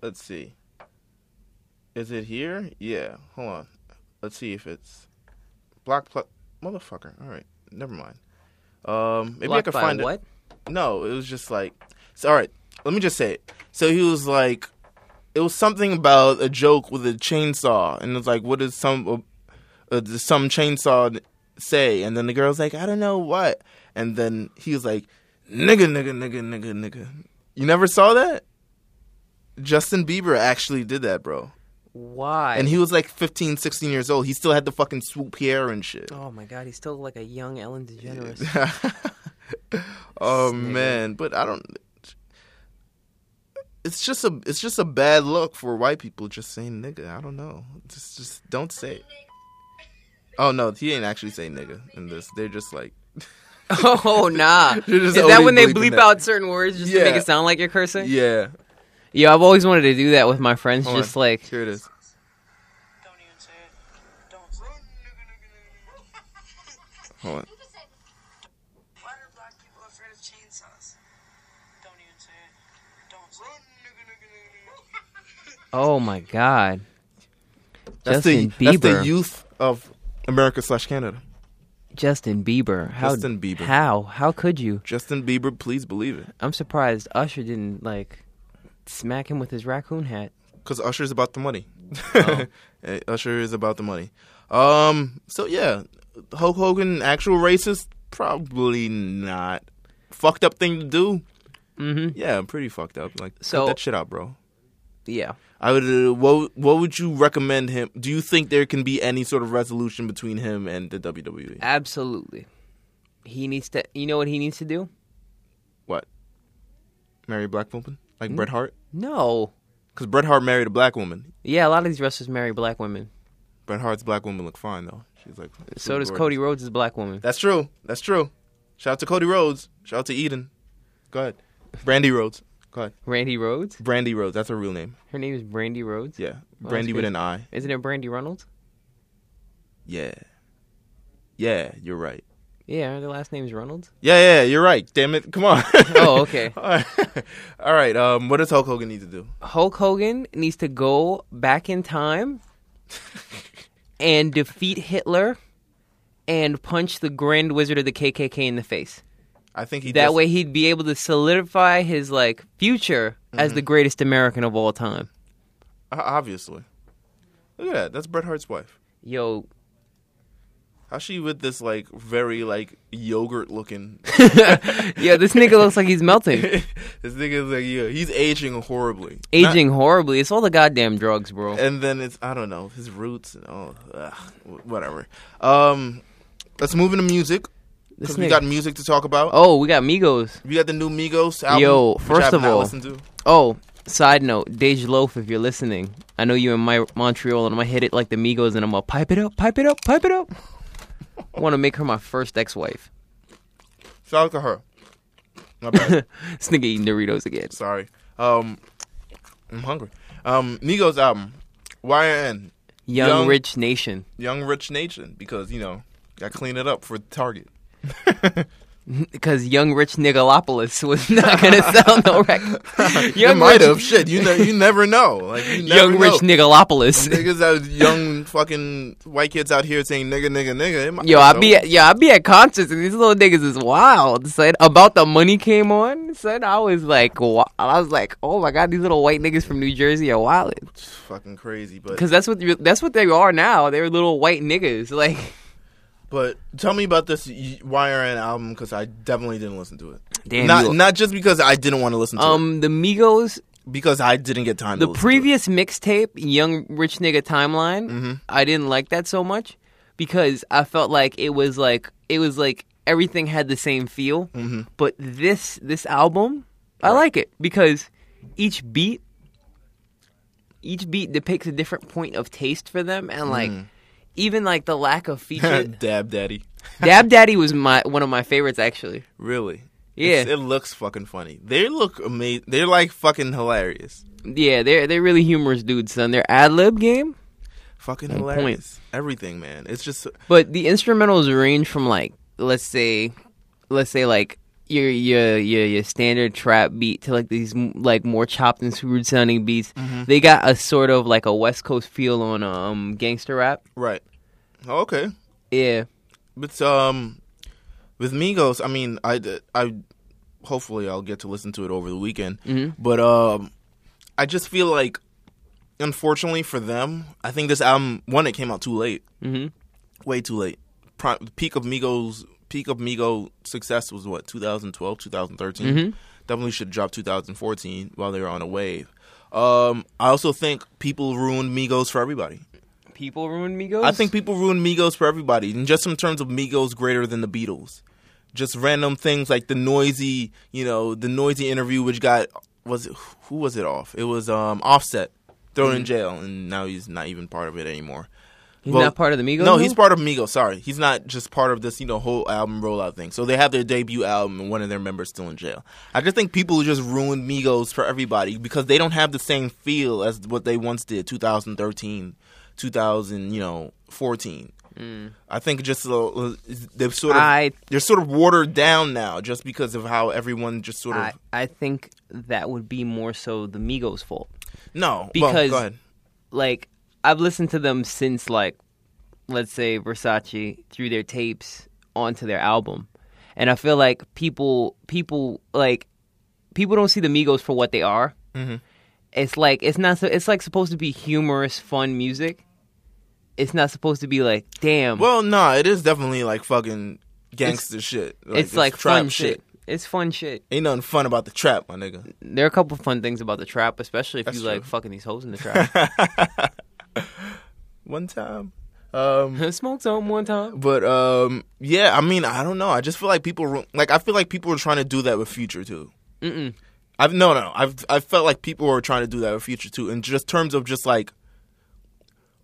[SPEAKER 1] Let's see. Is it here? Yeah. Hold on. Let's see if it's block. Pl- motherfucker. All right. Never mind. Um, maybe I
[SPEAKER 2] Blocked
[SPEAKER 1] can
[SPEAKER 2] by
[SPEAKER 1] find it.
[SPEAKER 2] what?
[SPEAKER 1] No, it was just like, so, all right, let me just say it. So he was like, it was something about a joke with a chainsaw, and it's like, what does some uh, uh, some chainsaw say? And then the girl's like, I don't know what. And then he was like, nigga, nigga, nigga, nigga, nigga. You never saw that? Justin Bieber actually did that, bro.
[SPEAKER 2] Why?
[SPEAKER 1] And he was like 15, 16 years old. He still had the fucking swoop hair and shit.
[SPEAKER 2] Oh my god, he's still like a young Ellen DeGeneres.
[SPEAKER 1] oh
[SPEAKER 2] Snake.
[SPEAKER 1] man, but I don't. it's just a it's just a bad look for white people just saying nigga. I don't know. Just just don't say it. Oh no, he didn't actually say nigga in this. They're just like
[SPEAKER 2] Oh nah!
[SPEAKER 1] You're just
[SPEAKER 2] Is that
[SPEAKER 1] only
[SPEAKER 2] when they
[SPEAKER 1] bleeping
[SPEAKER 2] bleep
[SPEAKER 1] that.
[SPEAKER 2] out certain words just to
[SPEAKER 1] Yeah.
[SPEAKER 2] make it sound like you're cursing? Yeah.
[SPEAKER 1] yeah.
[SPEAKER 2] I've always wanted to do that with my friends.
[SPEAKER 1] Hold on.
[SPEAKER 2] just like
[SPEAKER 1] here it is.
[SPEAKER 3] Don't even say it. Don't say it.
[SPEAKER 1] Hold on.
[SPEAKER 3] Why are black people afraid of chainsaws? Don't even say it. Don't say it.
[SPEAKER 2] oh my god,
[SPEAKER 1] That's
[SPEAKER 2] Justin
[SPEAKER 1] the that's the
[SPEAKER 2] Bieber.
[SPEAKER 1] youth of America slash Canada.
[SPEAKER 2] Justin Bieber. How,
[SPEAKER 1] Justin Bieber.
[SPEAKER 2] How? How could you?
[SPEAKER 1] Justin Bieber, please believe it,
[SPEAKER 2] I'm surprised Usher didn't like smack him with his raccoon hat.
[SPEAKER 1] because Usher is about the money. Eh, Usher is about the money. Um. So yeah, Hulk Hogan, actual racist, probably not. Fucked up thing to do.
[SPEAKER 2] Mm-hmm.
[SPEAKER 1] Yeah, I'm pretty fucked up. Like,
[SPEAKER 2] So-
[SPEAKER 1] cut that shit out, bro.
[SPEAKER 2] Yeah.
[SPEAKER 1] I would. Uh, what What would you recommend him? Do you think there can be any sort of resolution between him and the E? WWE?
[SPEAKER 2] Absolutely. He needs to. You know what he needs to do?
[SPEAKER 1] What? Marry a black woman like
[SPEAKER 2] Hmm?
[SPEAKER 1] Bret Hart?
[SPEAKER 2] No.
[SPEAKER 1] Because Bret Hart married a black woman.
[SPEAKER 2] Yeah, a lot of these wrestlers marry black women.
[SPEAKER 1] Bret Hart's black woman look fine though. She's like.
[SPEAKER 2] So does
[SPEAKER 1] gorgeous.
[SPEAKER 2] Cody Rhodes' black woman.
[SPEAKER 1] That's true. That's true. Shout out to Cody Rhodes. Shout out to Eden. Go ahead. Brandy Rhodes. Go ahead.
[SPEAKER 2] Randy Rhodes.
[SPEAKER 1] Brandy Rhodes. That's her real name.
[SPEAKER 2] Her name is Brandy Rhodes.
[SPEAKER 1] Yeah. Brandy with
[SPEAKER 2] Oh, crazy.
[SPEAKER 1] an I.
[SPEAKER 2] Isn't it Brandy Reynolds?
[SPEAKER 1] Yeah. Yeah, you're right.
[SPEAKER 2] Yeah, the last name's Reynolds.
[SPEAKER 1] Yeah, yeah, you're right. Damn it. Come on.
[SPEAKER 2] Oh, okay.
[SPEAKER 1] All right. All right. Um, what does Hulk Hogan need to do?
[SPEAKER 2] Hulk Hogan needs to go back in time and defeat Hitler and punch the Grand Wizard of the KKK in the face.
[SPEAKER 1] I think he
[SPEAKER 2] that
[SPEAKER 1] just-
[SPEAKER 2] way he'd be able to solidify his like future as the greatest American of all time.
[SPEAKER 1] o- Obviously. Look at that. That's Bret Hart's wife.
[SPEAKER 2] Yo,
[SPEAKER 1] How's she with this like very like yogurt looking?
[SPEAKER 2] yeah, this nigga looks like he's melting,
[SPEAKER 1] this nigga's like yeah, he's aging horribly. Not-
[SPEAKER 2] aging horribly. It's all the goddamn drugs, bro.
[SPEAKER 1] and then it's I don't know his roots and all ugh, wh- whatever. Um, let's move into music
[SPEAKER 2] This
[SPEAKER 1] because we
[SPEAKER 2] nigga-
[SPEAKER 1] got music to talk about.
[SPEAKER 2] Oh, we got Migos.
[SPEAKER 1] We got the new Migos album.
[SPEAKER 2] Yo,
[SPEAKER 1] which I
[SPEAKER 2] first
[SPEAKER 1] have
[SPEAKER 2] of
[SPEAKER 1] not
[SPEAKER 2] all-
[SPEAKER 1] listened to.
[SPEAKER 2] Oh, side note, Dej Loaf, if you're listening, I know you're in my Montreal, and I'm gonna hit it like the Migos, and I'm gonna pipe it up, pipe it up, pipe it up. I want to make her my first ex-wife.
[SPEAKER 1] shout out to her. My bad.
[SPEAKER 2] This nigga eating Doritos again.
[SPEAKER 1] Sorry. Um, I'm hungry. Um, Migos album, YN
[SPEAKER 2] Young,
[SPEAKER 1] Young-
[SPEAKER 2] Rich Nation.
[SPEAKER 1] Young Rich Nation because you know got clean it up for Target.
[SPEAKER 2] Because Young Rich Nigalopolis was not gonna sell no record.
[SPEAKER 1] it might have shit. You know, you never know. Like you never
[SPEAKER 2] Young Rich
[SPEAKER 1] know.
[SPEAKER 2] Nigalopolis.
[SPEAKER 1] Niggas out, young fucking white kids out here saying nigga, nigga, nigga. It might-
[SPEAKER 2] Yo, I
[SPEAKER 1] so-
[SPEAKER 2] be at, yo, I be at concerts and these little niggas is wild. Son, about the money came on. Son, I was like, wa- I was like, oh my god, these little white niggas from New Jersey are wild.
[SPEAKER 1] It's fucking crazy. But
[SPEAKER 2] Cause that's what you- that's what they are now. They're little white niggas. Like,
[SPEAKER 1] but tell me about this Y- YRN album because I definitely didn't listen to it.
[SPEAKER 2] Damn,
[SPEAKER 1] not
[SPEAKER 2] you-
[SPEAKER 1] not just because I didn't want to listen to
[SPEAKER 2] um, the Migos,
[SPEAKER 1] it because I didn't get time.
[SPEAKER 2] the
[SPEAKER 1] to listen
[SPEAKER 2] previous mixtape, Young Rich Nigga Timeline, I didn't like that so much because I felt like it was like it was like everything had the same feel. But this this album, I like it because each beat, each beat depicts a different point of taste for them, and like even like the lack of
[SPEAKER 1] to
[SPEAKER 2] feature.
[SPEAKER 1] it. Dab Daddy,
[SPEAKER 2] Dab Daddy was my one of my favorites actually.
[SPEAKER 1] really?
[SPEAKER 2] Yeah.
[SPEAKER 1] It's- it looks fucking funny. They look amazing. They're like fucking hilarious.
[SPEAKER 2] Yeah, they're they're really humorous dudes, son. Their ad lib game,
[SPEAKER 1] Fucking
[SPEAKER 2] On point.
[SPEAKER 1] hilarious. Everything, man. It's just
[SPEAKER 2] but the instrumentals range from like let's say, let's say like your your your your standard trap beat to like these m- like more chopped and screwed sounding beats. They got a sort of like a West Coast feel on um gangster rap.
[SPEAKER 1] right. Okay.
[SPEAKER 2] Yeah,
[SPEAKER 1] But um, with Migos, I mean, I I hopefully I'll get to listen to it over the weekend. But um, I just feel like, unfortunately for them, I think this album one it came out too late,
[SPEAKER 2] Mhm.
[SPEAKER 1] way too late. Pri peak of Migos, peak of Migo success was what 2012, 2013. Definitely should drop 2014 while they were on a wave. Um, I also think people ruined Migos for everybody.
[SPEAKER 2] people ruin Migos.
[SPEAKER 1] I think people ruin Migos for everybody, and just in terms of Migos greater than the Beatles. Just random things like the noisy, you know, the noisy interview, which got was it who was it off? It was um Offset thrown
[SPEAKER 2] Mm.
[SPEAKER 1] in jail, and now he's not even part of it anymore.
[SPEAKER 2] He's
[SPEAKER 1] Well,
[SPEAKER 2] not part of the Migos.
[SPEAKER 1] No,
[SPEAKER 2] though?
[SPEAKER 1] he's part of Migos. Sorry, he's not just part of this, you know, whole album rollout thing. So they have their debut album, and one of their members still in jail. I just think people just ruined Migos for everybody because they don't have the same feel as what they once did, 2013, 2000, you know, 14. I think just uh, they've sort of
[SPEAKER 2] Hmm. I-
[SPEAKER 1] they're sort of watered down now, just because of how everyone just sort of
[SPEAKER 2] I, I think that would be more so the Migos' fault.
[SPEAKER 1] no. well,
[SPEAKER 2] because-
[SPEAKER 1] go ahead.
[SPEAKER 2] Like I've listened to them since like let's say Versace through their tapes onto their album. And I feel like people people like people don't see the Migos for what they are. Mm-hmm. It's like it's not so it's like supposed to be humorous, fun music. It's not supposed to be like, damn.
[SPEAKER 1] Well, no, it is definitely like fucking gangster shit.
[SPEAKER 2] it's like fun shit. It's fun shit.
[SPEAKER 1] Ain't nothing fun about the trap, my nigga.
[SPEAKER 2] There are a couple fun things about the trap, especially if
[SPEAKER 1] That's
[SPEAKER 2] you like
[SPEAKER 1] true.
[SPEAKER 2] fucking these hoes in the trap.
[SPEAKER 1] one time. Um,
[SPEAKER 2] Smoked on one time.
[SPEAKER 1] but um, yeah, I mean, I don't know. I just feel like people were- like I feel like people were trying to do that with Future too.
[SPEAKER 2] Mm-mm.
[SPEAKER 1] I've no, no. I've I felt like people were trying to do that with Future too, in just terms of just like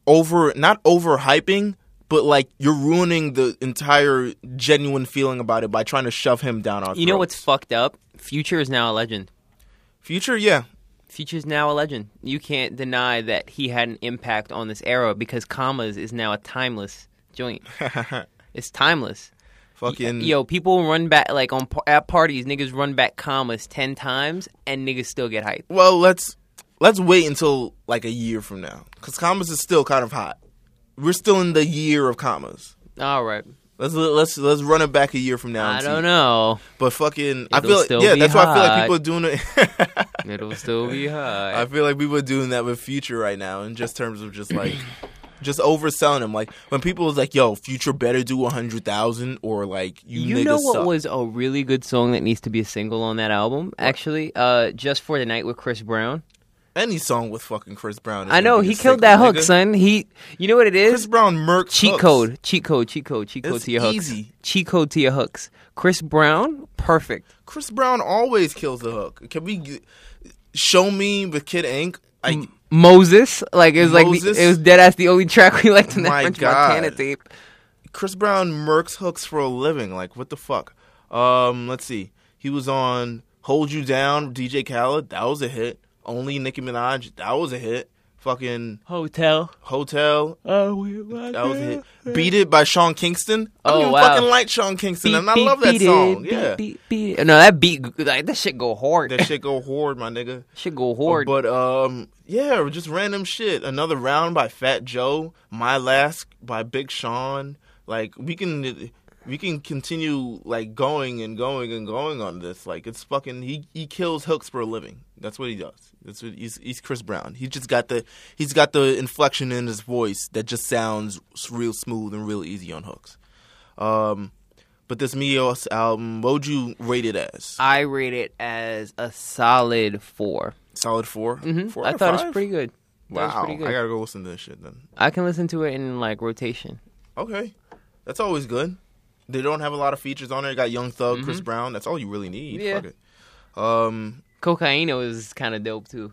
[SPEAKER 1] over not overhyping, but like you're ruining the entire genuine feeling about it by trying to shove him down our.
[SPEAKER 2] You know what's
[SPEAKER 1] throats.
[SPEAKER 2] fucked up? Future is now a legend.
[SPEAKER 1] Future? Yeah,
[SPEAKER 2] Future is now a legend. You can't deny that he had an impact on this era because commas is now a timeless joint. it's timeless.
[SPEAKER 1] fucking
[SPEAKER 2] Yo, people run back like on par- at parties. Niggas run back commas ten times and niggas still get hype.
[SPEAKER 1] Well, let's let's wait until like a year from now because commas is still kind of hot. We're still in the year of commas.
[SPEAKER 2] All right,
[SPEAKER 1] Let's let's let's run it back a year from now. and
[SPEAKER 2] I
[SPEAKER 1] see.
[SPEAKER 2] don't know.
[SPEAKER 1] but fucking, I
[SPEAKER 2] It'll
[SPEAKER 1] feel like,
[SPEAKER 2] still
[SPEAKER 1] yeah,
[SPEAKER 2] be
[SPEAKER 1] that's why I feel like
[SPEAKER 2] hot.
[SPEAKER 1] people are doing it.
[SPEAKER 2] It'll still be high.
[SPEAKER 1] I feel like people are doing that with Future right now in just terms of just like just overselling him. Like when people was like, "Yo, Future better do a hundred thousand or like you,
[SPEAKER 2] You
[SPEAKER 1] niggas
[SPEAKER 2] know what
[SPEAKER 1] suck."
[SPEAKER 2] was a really good song that needs to be a single on that album? Actually, uh, just for the night with Chris Brown.
[SPEAKER 1] Any song with fucking Chris Brown. Is
[SPEAKER 2] I
[SPEAKER 1] gonna
[SPEAKER 2] know
[SPEAKER 1] be a
[SPEAKER 2] he
[SPEAKER 1] single,
[SPEAKER 2] killed that hook,
[SPEAKER 1] nigga.
[SPEAKER 2] son. He, you know what it is?
[SPEAKER 1] Chris Brown murked
[SPEAKER 2] cheat
[SPEAKER 1] hooks.
[SPEAKER 2] code, cheat code, cheat code, cheat code
[SPEAKER 1] It's
[SPEAKER 2] to your
[SPEAKER 1] easy.
[SPEAKER 2] hooks. Cheat code to your hooks. Chris Brown, perfect.
[SPEAKER 1] Chris Brown always kills the hook. Can we g- show me with Kid Ink? Like
[SPEAKER 2] Moses, like it was like
[SPEAKER 1] Moses?
[SPEAKER 2] the, it was dead ass the only track we liked on that
[SPEAKER 1] My
[SPEAKER 2] French
[SPEAKER 1] God.
[SPEAKER 2] Montana tape.
[SPEAKER 1] Chris Brown murks hooks for a living. Like what the fuck? Um, let's see. He was on "Hold You Down," DJ Khaled. That was a hit. Only Nicki Minaj. That was a hit. Fucking
[SPEAKER 2] Hotel.
[SPEAKER 1] Hotel.
[SPEAKER 2] Oh,
[SPEAKER 1] That was a hit. Beat It by Sean Kingston. I don't
[SPEAKER 2] Oh,
[SPEAKER 1] even
[SPEAKER 2] wow.
[SPEAKER 1] fucking like Sean Kingston, and I love that song. yeah,
[SPEAKER 2] Beat, beat. No, that beat like that shit go hard.
[SPEAKER 1] that shit go hard, my nigga.
[SPEAKER 2] shit go hard.
[SPEAKER 1] But um, yeah, just random shit. Another round by Fat Joe. My last by Big Sean. Like we can we can continue like going and going and going on this. Like it's fucking he he kills hooks for a living. That's what he does. That's what he's he's Chris Brown. He just got the he's got the inflection in his voice that just sounds s- real smooth and real easy on hooks. Um. But this Migos album, what would you rate it as?
[SPEAKER 2] I rate it as a solid 4
[SPEAKER 1] Solid 4
[SPEAKER 2] Mhm.
[SPEAKER 1] Four
[SPEAKER 2] I
[SPEAKER 1] out of
[SPEAKER 2] thought it
[SPEAKER 1] five?
[SPEAKER 2] was pretty good. That was
[SPEAKER 1] Wow,
[SPEAKER 2] pretty good.
[SPEAKER 1] I gotta go listen to this shit then.
[SPEAKER 2] I can listen to it in like rotation.
[SPEAKER 1] Okay, that's always good. They don't have a lot of features on there. You got Young Thug, Chris Brown. That's all you really need.
[SPEAKER 2] Mm-hmm. Yeah.
[SPEAKER 1] Fuck it. Um,
[SPEAKER 2] Cocaino is kind of dope too.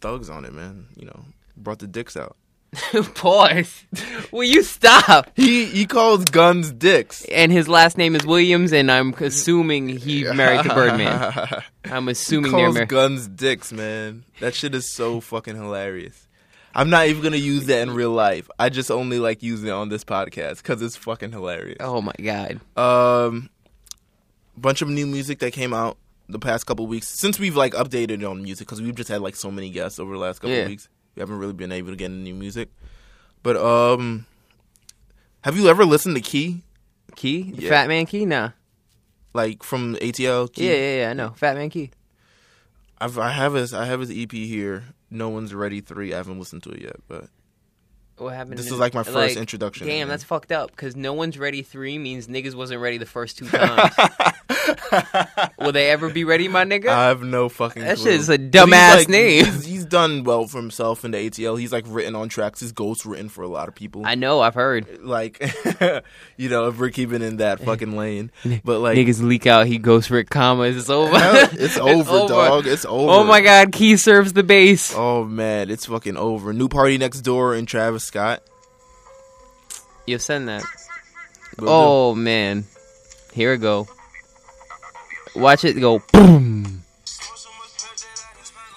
[SPEAKER 1] thugs on it, man. You know, brought the dicks out.
[SPEAKER 2] Pause. Will you stop?
[SPEAKER 1] He he calls guns dicks.
[SPEAKER 2] And his last name is Williams, and I'm assuming he married to Birdman. I'm
[SPEAKER 1] he
[SPEAKER 2] assuming they're
[SPEAKER 1] calls
[SPEAKER 2] married.
[SPEAKER 1] guns dicks, man. That shit is so fucking hilarious. I'm not even gonna use that in real life. I just only like using it on this podcast because it's fucking hilarious.
[SPEAKER 2] oh my god!
[SPEAKER 1] Um, bunch of new music that came out the past couple weeks since we've like updated on music because we've just had like so many guests over the last couple
[SPEAKER 2] Yeah.
[SPEAKER 1] weeks. We haven't really been able to get any new music. But um, have you ever listened to Key
[SPEAKER 2] Key, The
[SPEAKER 1] Yeah.
[SPEAKER 2] Fat Man Key, nah.
[SPEAKER 1] like from ATL? Key?
[SPEAKER 2] Yeah, yeah, yeah. I know Fat Man Key.
[SPEAKER 1] E I've, I have his I have his EP here. No one's ready three. I haven't listened to it yet, but
[SPEAKER 2] What happened?
[SPEAKER 1] This
[SPEAKER 2] in-
[SPEAKER 1] is like my first introduction,
[SPEAKER 2] Damn,
[SPEAKER 1] man.
[SPEAKER 2] that's fucked up. Because no one's ready three means niggas wasn't ready the first two times. Will they ever be ready, my nigga?
[SPEAKER 1] I have no fucking.
[SPEAKER 2] That
[SPEAKER 1] clue.
[SPEAKER 2] shit is a
[SPEAKER 1] But he's,
[SPEAKER 2] dumbass
[SPEAKER 1] like-
[SPEAKER 2] name.
[SPEAKER 1] He's, he's done well for himself in the ATL. He's like written on tracks. He's ghost written for a lot of people.
[SPEAKER 2] I know. I've heard.
[SPEAKER 1] like, you know, if we're keeping in that fucking lane, but like,
[SPEAKER 2] niggas leak out. He ghost Rick commas. It's over.
[SPEAKER 1] hell, it's over, dog. It's over.
[SPEAKER 2] Oh my god, Key serves the base.
[SPEAKER 1] Oh man, it's fucking over. New party next door and Travis Scott.
[SPEAKER 2] You send that.
[SPEAKER 1] But
[SPEAKER 2] Oh man, here we go. Watch it go. Boom.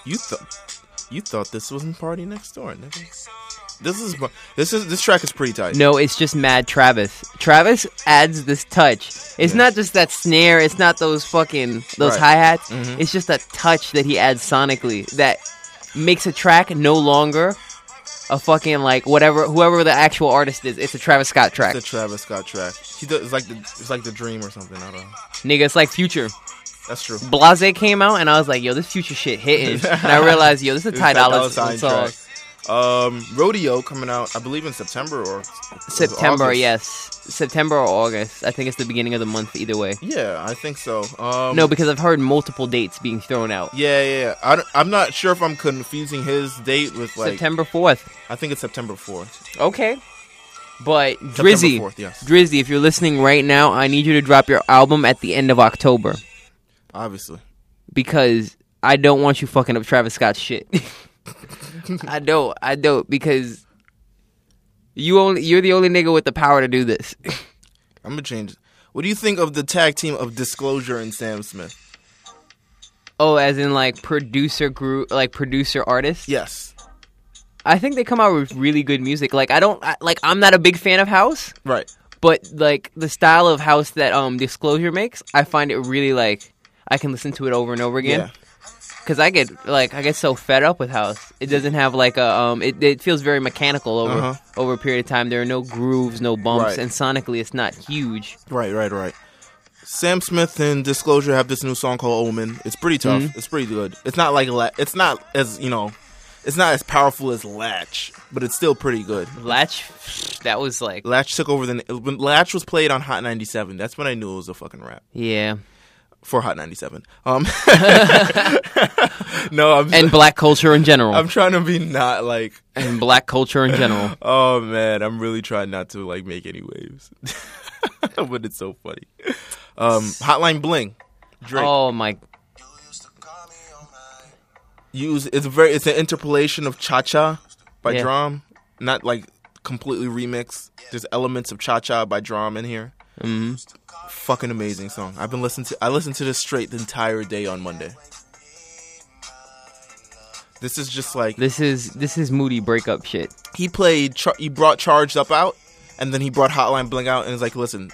[SPEAKER 1] you thought you thought this wasn't party next door, nigga. This is bu- this is this track is pretty tight.
[SPEAKER 2] No, it's just mad Travis. Travis adds this touch. It's not just that snare. It's not those fucking those
[SPEAKER 1] Right.
[SPEAKER 2] hi hats.
[SPEAKER 1] Mhm.
[SPEAKER 2] It's just that touch that he adds sonically that makes a track no longer a fucking like whatever whoever the actual artist is. It's a Travis Scott track.
[SPEAKER 1] It's a Travis Scott track. He does it's like the it's like the dream or something. I don't know.
[SPEAKER 2] Nigga, it's like Future.
[SPEAKER 1] That's true.
[SPEAKER 2] Blase came out and I was like, yo, this Future shit hitting. and I realized, yo, this is a
[SPEAKER 1] It's
[SPEAKER 2] Ty
[SPEAKER 1] that
[SPEAKER 2] Dolla
[SPEAKER 1] Dolla Sign
[SPEAKER 2] Sign song.
[SPEAKER 1] track. Um, rodeo coming out, I believe in September or
[SPEAKER 2] September,
[SPEAKER 1] August.
[SPEAKER 2] yes, September or August. I think it's the beginning of the month. Either way,
[SPEAKER 1] Yeah, I think so. Um,
[SPEAKER 2] no, because I've heard multiple dates being thrown out.
[SPEAKER 1] yeah, yeah. yeah. I don't, I'm not sure if I'm confusing his date with like.
[SPEAKER 2] September fourth.
[SPEAKER 1] I think it's September 4th.
[SPEAKER 2] Okay. But
[SPEAKER 1] September
[SPEAKER 2] Drizzy,
[SPEAKER 1] 4th, yes.
[SPEAKER 2] Drizzy, if you're listening right now, I need you to drop your album at the end of October
[SPEAKER 1] Obviously,
[SPEAKER 2] because I don't want you fucking up Travis Scott's shit. I don't, I don't, because you only you're the only nigga with the power to do this.
[SPEAKER 1] I'm gonna change. it. What do you think of the tag team of Disclosure and Sam Smith?
[SPEAKER 2] oh, as in like producer group, like producer artist.
[SPEAKER 1] Yes,
[SPEAKER 2] I think they come out with really good music. Like I don't I, like I'm not a big fan of house,
[SPEAKER 1] right.
[SPEAKER 2] but like the style of house that um Disclosure makes, I find it really like I can listen to it over and over again.
[SPEAKER 1] Yeah.
[SPEAKER 2] Cause I get like I get so fed up with house. It doesn't have like a um. It, it feels very mechanical over
[SPEAKER 1] Uh-huh.
[SPEAKER 2] over a period of time. There are no grooves, no
[SPEAKER 1] Right.
[SPEAKER 2] bumps, and sonically it's not huge.
[SPEAKER 1] Right, right, right. Sam Smith and Disclosure have this new song called Omen. It's pretty tough. It's pretty good. It's not like La- it's not as you know, it's not as powerful as Latch, but it's still pretty good.
[SPEAKER 2] Latch, that was like
[SPEAKER 1] Latch took over the when Latch was played on Hot 97. That's when I knew it was a fucking rap
[SPEAKER 2] yeah,
[SPEAKER 1] for Hot 97. Um, no, I'm
[SPEAKER 2] and black culture in general,
[SPEAKER 1] I'm trying to be not like.
[SPEAKER 2] and black culture in general.
[SPEAKER 1] Oh man, I'm really trying not to like make any waves, but it's so funny. Um, Hotline Bling, Drake.
[SPEAKER 2] Oh my
[SPEAKER 1] use it's very it's an interpolation of cha cha by
[SPEAKER 2] Yeah.
[SPEAKER 1] drum, not like completely remix. There's elements of cha cha by drum in here.
[SPEAKER 2] Mm-hmm.
[SPEAKER 1] Mm. Fucking amazing song. I've been listening to I listened to this straight the entire day on Monday. This is just like
[SPEAKER 2] This is this is moody breakup shit.
[SPEAKER 1] he played Char- he brought Charged Up out and then he brought Hotline Bling out and is like, "Listen,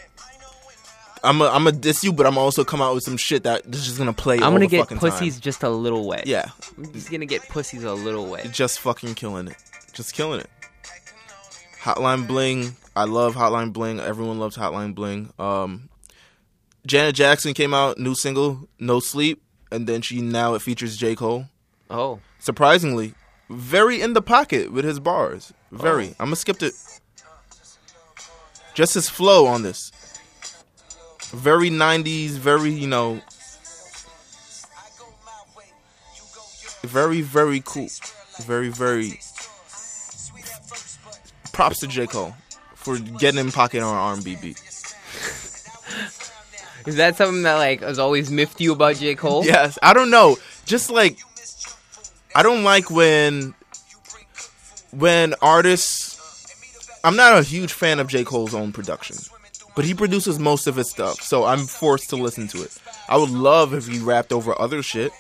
[SPEAKER 1] I'm a, I'm a diss you, but I'm also come out with some shit that this is just gonna play. all
[SPEAKER 2] I'm gonna
[SPEAKER 1] the
[SPEAKER 2] get
[SPEAKER 1] fucking
[SPEAKER 2] pussies
[SPEAKER 1] Time.
[SPEAKER 2] just a little wet.
[SPEAKER 1] Yeah,
[SPEAKER 2] I'm just gonna get pussies a little wet.
[SPEAKER 1] just fucking killing it. Just killing it. Hotline Bling. I love Hotline Bling. Everyone loves Hotline Bling. Um, Janet Jackson came out, new single, No Sleep, and then she now it features J. Cole.
[SPEAKER 2] Oh,
[SPEAKER 1] Surprisingly, very in the pocket with his bars. Very. I'm gonna skip it. Just his flow on this. Very 90s, very, you know, very, very cool. Very, very. Props to J. Cole for getting in pocket on R&B beat.
[SPEAKER 2] is that something that like has always miffed you about J Cole?
[SPEAKER 1] Yes, I don't know. Just like I don't like when when artists. I'm not a huge fan of J Cole's own production, but he produces most of his stuff, so I'm forced to listen to it. I would love if he rapped over other shit.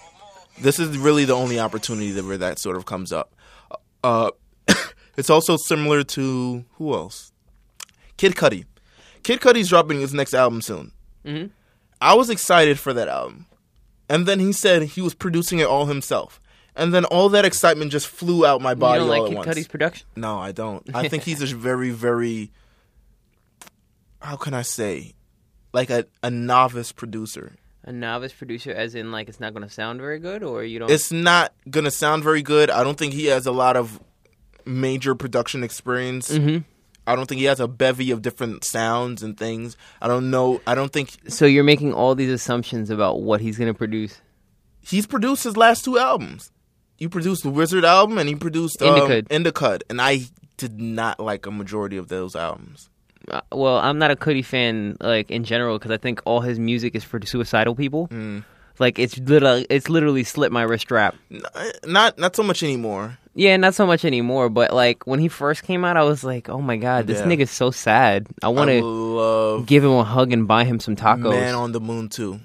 [SPEAKER 1] This is really the only opportunity that where that sort of comes up. Uh, it's also similar to who else? Kid Cudi. Kid Cudi's dropping his next album soon.
[SPEAKER 2] Mm-hmm.
[SPEAKER 1] I was excited for that album. And then he said he was producing it all himself. And then all that excitement just flew out my
[SPEAKER 2] You
[SPEAKER 1] body
[SPEAKER 2] don't like
[SPEAKER 1] all
[SPEAKER 2] Kid
[SPEAKER 1] at
[SPEAKER 2] Cudi's
[SPEAKER 1] once.
[SPEAKER 2] production?
[SPEAKER 1] No, I don't. I think he's a very, very how can I say? Like a, a novice producer.
[SPEAKER 2] A novice producer, as in like it's not gonna sound very good, or you don't.
[SPEAKER 1] It's not gonna sound very good. I don't think he has a lot of major production experience.
[SPEAKER 2] Mhm.
[SPEAKER 1] I don't think he has a bevy of different sounds and things. I don't know. I don't think
[SPEAKER 2] So you're making all these assumptions about what he's going to produce.
[SPEAKER 1] he's produced his last two albums. You produced the Wizard album and he produced um,
[SPEAKER 2] Indicut.
[SPEAKER 1] Indicut, and I did not like a majority of those albums.
[SPEAKER 2] Uh, well, I'm not a Cudi fan like in general because I think all his music is for suicidal people.
[SPEAKER 1] Mm.
[SPEAKER 2] Like it's literally it's literally slit my wrist strap.
[SPEAKER 1] N- Not not so much anymore.
[SPEAKER 2] Yeah, not so much anymore. But like when he first came out, I was like, oh my god, this
[SPEAKER 1] Yeah.
[SPEAKER 2] nigga's so sad. I want
[SPEAKER 1] I
[SPEAKER 2] to
[SPEAKER 1] love
[SPEAKER 2] give him a hug and buy him some tacos.
[SPEAKER 1] Man on the Moon too.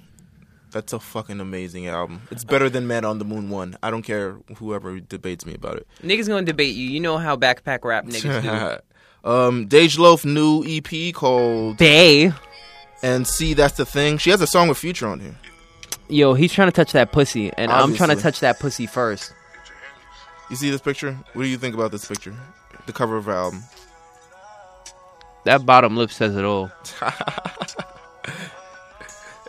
[SPEAKER 1] That's a fucking amazing album. It's better than Man on the Moon one. I don't care whoever debates me about it.
[SPEAKER 2] Niggas gonna debate you. You know how backpack rap niggas do.
[SPEAKER 1] um, Dej Loaf new EP called
[SPEAKER 2] Bay,
[SPEAKER 1] "And See That's the Thing." She has a song with Future on here.
[SPEAKER 2] yo, he's trying to touch that pussy, and I'm trying to
[SPEAKER 1] Obviously.
[SPEAKER 2] touch that pussy first.
[SPEAKER 1] You see this picture? What do you think about this picture? The cover of her album.
[SPEAKER 2] That bottom lip says it all.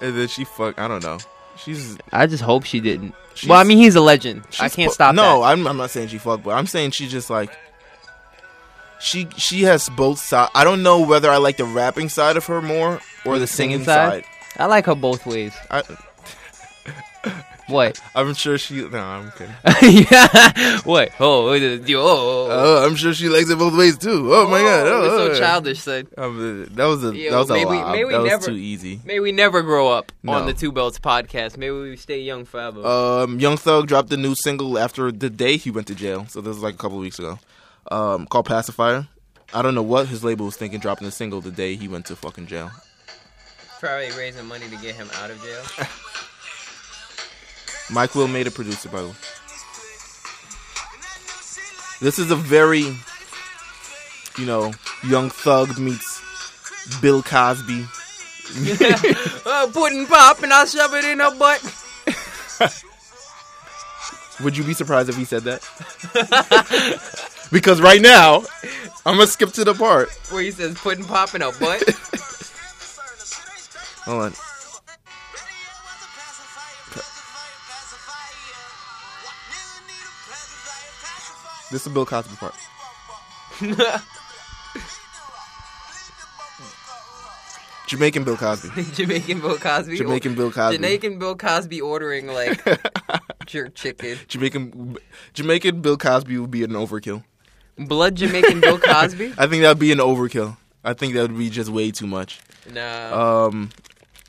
[SPEAKER 1] And then she fuck. I don't know. She's.
[SPEAKER 2] I just hope she didn't.
[SPEAKER 1] She's-
[SPEAKER 2] well, I mean, he's a legend. I
[SPEAKER 1] she's
[SPEAKER 2] can't
[SPEAKER 1] pu-
[SPEAKER 2] stop
[SPEAKER 1] No,
[SPEAKER 2] that.
[SPEAKER 1] I'm. I'm not saying she fucked, but I'm saying she just like. She she has both sides. I don't know whether I like the rapping side of her more or the singing,
[SPEAKER 2] Singing
[SPEAKER 1] side.
[SPEAKER 2] side? I like her both ways.
[SPEAKER 1] I,
[SPEAKER 2] What?
[SPEAKER 1] I'm sure she. No, I'm kidding.
[SPEAKER 2] yeah. What? Oh, uh, yo, oh, oh, oh.
[SPEAKER 1] Oh, I'm sure she likes it both ways too. Oh my god,
[SPEAKER 2] Oh,
[SPEAKER 1] oh,
[SPEAKER 2] we're
[SPEAKER 1] oh.
[SPEAKER 2] so childish, son.
[SPEAKER 1] Um, that was a
[SPEAKER 2] Yo,
[SPEAKER 1] that was a
[SPEAKER 2] maybe-
[SPEAKER 1] lob.
[SPEAKER 2] maybe
[SPEAKER 1] that was
[SPEAKER 2] never-
[SPEAKER 1] too easy.
[SPEAKER 2] May we never grow up
[SPEAKER 1] No.
[SPEAKER 2] on the Two Belts podcast. May we stay young forever.
[SPEAKER 1] Um, Young Thug dropped a new single after the day he went to jail, so this was like a couple of weeks ago. Um, called Pacifier. I don't know what his label was thinking dropping a single the day he went to fucking jail.
[SPEAKER 2] Probably raising money to get him out of jail.
[SPEAKER 1] Mike Will made a producer by the way. This is a very, you know, Young Thug meets Bill Cosby.
[SPEAKER 2] uh, pudding pop, and I'll shove it in her butt.
[SPEAKER 1] Would you be surprised if he said that? because right now, I'm gonna skip to the part.
[SPEAKER 2] Where he says pudding pop in her butt.
[SPEAKER 1] Hold on. This is the Bill Cosby part. Jamaican Bill Cosby.
[SPEAKER 2] Jamaican Bill Cosby.
[SPEAKER 1] Jamaican Bill Cosby.
[SPEAKER 2] Jamaican Bill Cosby ordering like jerk chicken.
[SPEAKER 1] Jamaican Jamaican Bill Cosby would be an overkill.
[SPEAKER 2] Blood Jamaican Bill Cosby?
[SPEAKER 1] I think that'd be an overkill. I think that would be just way too much.
[SPEAKER 2] Nah.
[SPEAKER 1] Um,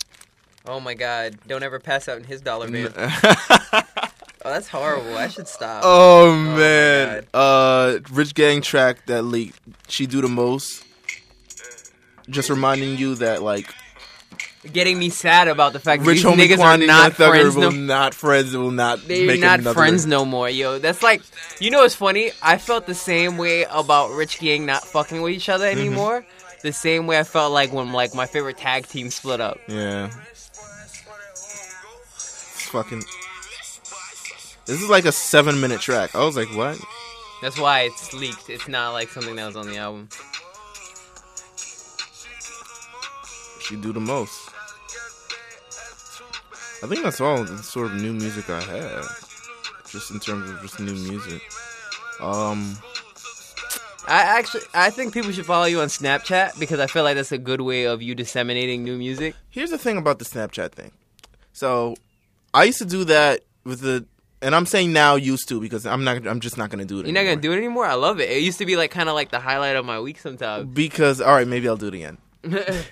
[SPEAKER 2] oh my god. Don't ever pass out in his dollar man. Oh, that's horrible. I should stop.
[SPEAKER 1] oh man, uh, Rich Gang track that leaked. She do the most. Just reminding you that like
[SPEAKER 2] Getting me sad about the fact that
[SPEAKER 1] Rich
[SPEAKER 2] these
[SPEAKER 1] Homie
[SPEAKER 2] niggas
[SPEAKER 1] Quan
[SPEAKER 2] are
[SPEAKER 1] and
[SPEAKER 2] not
[SPEAKER 1] Young Thugger
[SPEAKER 2] friends
[SPEAKER 1] will
[SPEAKER 2] no
[SPEAKER 1] not friends will not
[SPEAKER 2] They're
[SPEAKER 1] make
[SPEAKER 2] not
[SPEAKER 1] another-
[SPEAKER 2] friends no more, yo. That's like, you know what's funny? I felt the same way about Rich Gang not fucking with each
[SPEAKER 1] Mm-hmm.
[SPEAKER 2] other anymore. The same way I felt like when like my favorite tag team split up.
[SPEAKER 1] Yeah. It's fucking. This is like a seven minute track. I was like, what?
[SPEAKER 2] That's why it's leaked. It's not like something that was on the album.
[SPEAKER 1] She do the most. I think that's all the sort of new music I have. Just in terms of just new music. Um,
[SPEAKER 2] I actually, I think people should follow you on Snapchat because I feel like that's a good way of you disseminating new music.
[SPEAKER 1] here's the thing about the Snapchat thing. So, I used to do that with the, and I'm saying now used to because I'm not, I'm just not gonna do it.
[SPEAKER 2] You're not gonna do it anymore. I love it. It used to be like kind of like the highlight of my week sometimes.
[SPEAKER 1] because all right, maybe I'll do it again.
[SPEAKER 2] Nah, because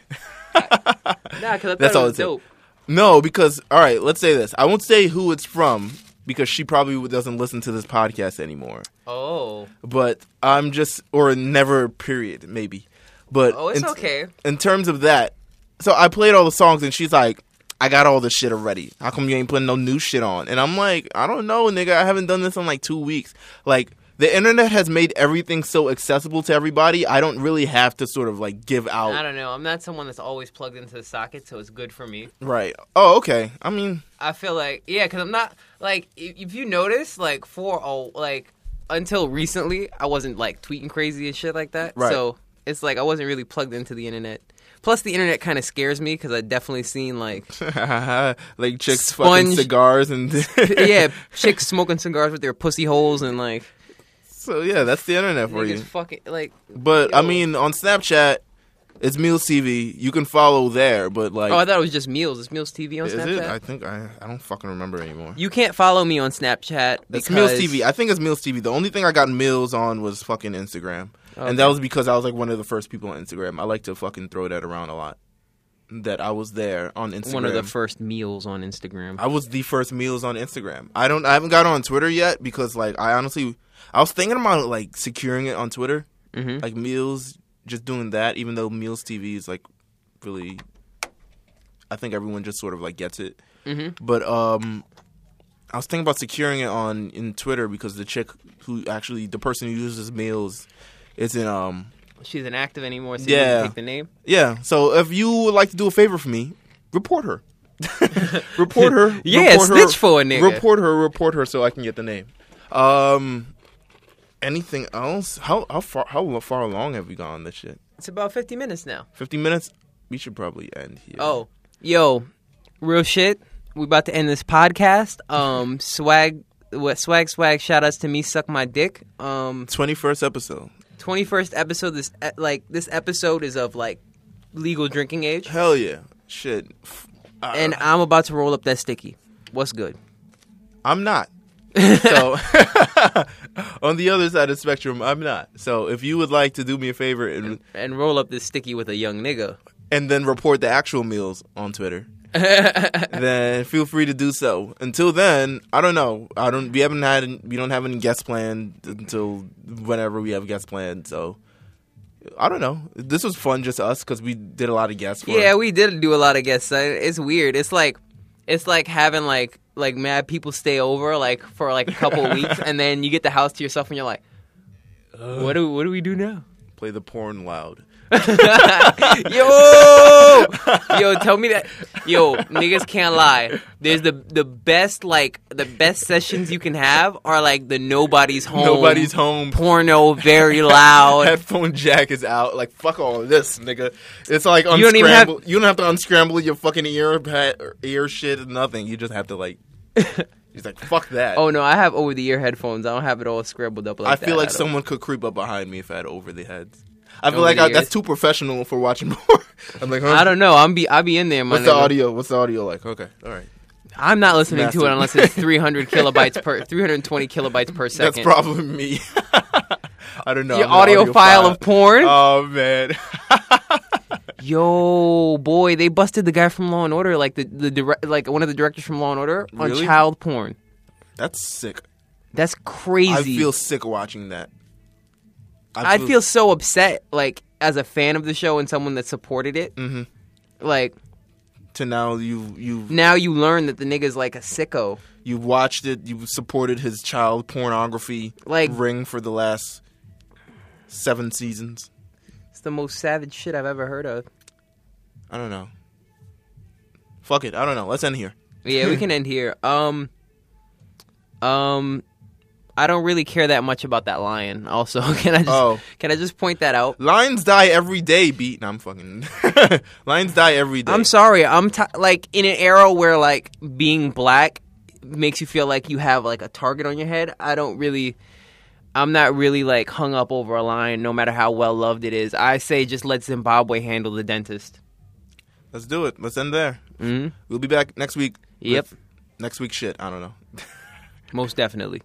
[SPEAKER 2] I thought
[SPEAKER 1] That's
[SPEAKER 2] it
[SPEAKER 1] all
[SPEAKER 2] was
[SPEAKER 1] it's
[SPEAKER 2] dope.
[SPEAKER 1] No, because all right, let's say this. I won't say who it's from because she probably doesn't listen to this podcast anymore.
[SPEAKER 2] Oh,
[SPEAKER 1] But I'm just or never period maybe. But
[SPEAKER 2] oh, it's
[SPEAKER 1] in-
[SPEAKER 2] okay.
[SPEAKER 1] In terms of that, so I played all the songs and she's like, "I got all this shit already. How come you ain't putting no new shit on?" And I'm like, "I don't know, nigga. I haven't done this in like 2 weeks." Like the internet has made everything so accessible to everybody. I don't really have to sort of like give out
[SPEAKER 2] I don't know. I'm not someone that's always plugged into the socket, so it's good for me.
[SPEAKER 1] right. Oh, okay. I mean,
[SPEAKER 2] I feel like yeah, because I'm not like if, if you notice like for oh like until recently I wasn't like tweeting crazy and shit like that.
[SPEAKER 1] Right.
[SPEAKER 2] So it's like I wasn't really plugged into the internet. Plus the internet kind of scares me because I definitely seen like
[SPEAKER 1] like chicks fucking
[SPEAKER 2] Sponge-
[SPEAKER 1] cigars and
[SPEAKER 2] yeah chicks smoking cigars with their pussy holes and like
[SPEAKER 1] So yeah, that's the internet for
[SPEAKER 2] Niggas
[SPEAKER 1] you.
[SPEAKER 2] fucking like.
[SPEAKER 1] But I
[SPEAKER 2] yo.
[SPEAKER 1] mean, on Snapchat, it's Meals TV. You can follow there, but like,
[SPEAKER 2] Oh, I thought it was just meals. Is Meals TV on
[SPEAKER 1] is
[SPEAKER 2] Snapchat?
[SPEAKER 1] it? I think I I don't fucking remember anymore.
[SPEAKER 2] You can't follow me on Snapchat.
[SPEAKER 1] It's Meals
[SPEAKER 2] because-
[SPEAKER 1] TV. I think it's Meals TV. The only thing I got Meals on was fucking Instagram,
[SPEAKER 2] Okay.
[SPEAKER 1] and that was because I was like one of the first people on Instagram. I like to fucking throw that around a lot. That I was there on Instagram.
[SPEAKER 2] One of the first meals on Instagram.
[SPEAKER 1] I was the first meals on Instagram. I don't. I haven't got on Twitter yet because like I honestly, I was thinking about like securing it on Twitter,
[SPEAKER 2] hmm
[SPEAKER 1] like meals, just doing that. Even though meals TV is like really, I think everyone just sort of like gets it.
[SPEAKER 2] Mhm.
[SPEAKER 1] But um, I was thinking about securing it on in Twitter because the chick who actually the person who uses meals is in um
[SPEAKER 2] She's inactive anymore, so you
[SPEAKER 1] Yeah.
[SPEAKER 2] can take the name.
[SPEAKER 1] yeah. So if you would like to do a favor for me, report her. report her.
[SPEAKER 2] Yeah,
[SPEAKER 1] report
[SPEAKER 2] snitch for a nigga.
[SPEAKER 1] Report her. Report her so I can get the name. Um, anything else? How how far how far along have we gone this shit?
[SPEAKER 2] It's about 50 minutes now.
[SPEAKER 1] Fifty minutes. We should probably end here.
[SPEAKER 2] Oh, yo, real shit. We about to end this podcast. Um, swag, what swag, swag. Shout outs to me. Suck my dick. Um,
[SPEAKER 1] twenty first episode.
[SPEAKER 2] twenty first episode. This e- like this episode is of like legal drinking age,
[SPEAKER 1] Hell yeah, shit. F- uh,
[SPEAKER 2] and I'm about to roll up that sticky. What's good?
[SPEAKER 1] I'm not. so on the other side of the spectrum, I'm not. So if you would like to do me a favor and
[SPEAKER 2] And roll up this sticky with a young nigga.
[SPEAKER 1] and then report the actual meals on Twitter, then feel free to do so. Until then, I don't know. I don't. We haven't had. We don't have any guests planned until whenever we have guests planned. So I don't know. This was fun, just us, because we did a lot of guests. For
[SPEAKER 2] Yeah,
[SPEAKER 1] it.
[SPEAKER 2] we did do a lot of guests. I- It's weird. It's like it's like having like like mad people stay over like for like a couple weeks, and then you get the house to yourself, and you're like,
[SPEAKER 1] Uh.
[SPEAKER 2] what do what do we do now?
[SPEAKER 1] play the porn loud.
[SPEAKER 2] yo, yo, tell me that, yo, niggas can't lie. There's the the best like the best sessions you can have are like the nobody's home,
[SPEAKER 1] Nobody's home.
[SPEAKER 2] porno, very Oh. loud.
[SPEAKER 1] Headphone jack is out. Like fuck all of this, nigga. It's like unscramble.
[SPEAKER 2] You
[SPEAKER 1] You
[SPEAKER 2] don't
[SPEAKER 1] don't,
[SPEAKER 2] even have-
[SPEAKER 1] have to unscramble your fucking ear, pat, ear shit, nothing. You just have to like. He's like, fuck that.
[SPEAKER 2] Oh no, I have over the ear headphones. I don't have it all scribbled up. Like
[SPEAKER 1] I feel
[SPEAKER 2] that.
[SPEAKER 1] like
[SPEAKER 2] don't-
[SPEAKER 1] someone could creep up behind me if I had over the heads. I feel
[SPEAKER 2] Over
[SPEAKER 1] like
[SPEAKER 2] the
[SPEAKER 1] I, that's
[SPEAKER 2] ears.
[SPEAKER 1] too professional for watching porn. I'm like, huh?
[SPEAKER 2] I don't know. I'm be I be in there. My
[SPEAKER 1] What's the
[SPEAKER 2] nigga.
[SPEAKER 1] audio? What's the audio like? Okay, all right.
[SPEAKER 2] I'm not listening to it
[SPEAKER 1] Massive.
[SPEAKER 2] unless it's 300 kilobytes per 320 kilobytes per second.
[SPEAKER 1] That's probably me. I don't know.
[SPEAKER 2] your
[SPEAKER 1] I'm an
[SPEAKER 2] audio, file
[SPEAKER 1] audiophile.
[SPEAKER 2] of porn.
[SPEAKER 1] Oh man.
[SPEAKER 2] Yo, boy, they busted the guy from Law and Order, like the the direct, like one of the directors from Law and Order, on
[SPEAKER 1] Really?
[SPEAKER 2] child porn.
[SPEAKER 1] That's sick.
[SPEAKER 2] That's crazy.
[SPEAKER 1] I feel sick watching that.
[SPEAKER 2] I feel so upset, like as a fan of the show and someone that supported it.
[SPEAKER 1] Mhm.
[SPEAKER 2] Like
[SPEAKER 1] to now you you
[SPEAKER 2] now you learn that the nigga's like a sicko.
[SPEAKER 1] you watched it. You supported his child pornography
[SPEAKER 2] Like-
[SPEAKER 1] ring for the last seven seasons.
[SPEAKER 2] It's the most savage shit I've ever heard of.
[SPEAKER 1] I don't know. Fuck it. I don't know. Let's end here.
[SPEAKER 2] Yeah, we can end here. Um, um, I don't really care that much about that lion. Also, can I just
[SPEAKER 1] Oh.
[SPEAKER 2] can I just point that out?
[SPEAKER 1] Lions die every day, beat. No, I'm fucking. Lions die every day.
[SPEAKER 2] I'm sorry. I'm t- like in an era where like being black makes you feel like you have like a target on your head. I don't really. I'm not really like hung up over a lion, no matter how well loved it is. I say just let Zimbabwe handle the dentist.
[SPEAKER 1] Let's do it. Let's end there.
[SPEAKER 2] Mhm.
[SPEAKER 1] We'll be back next week.
[SPEAKER 2] Yep.
[SPEAKER 1] with Next week shit. I don't know.
[SPEAKER 2] Most definitely.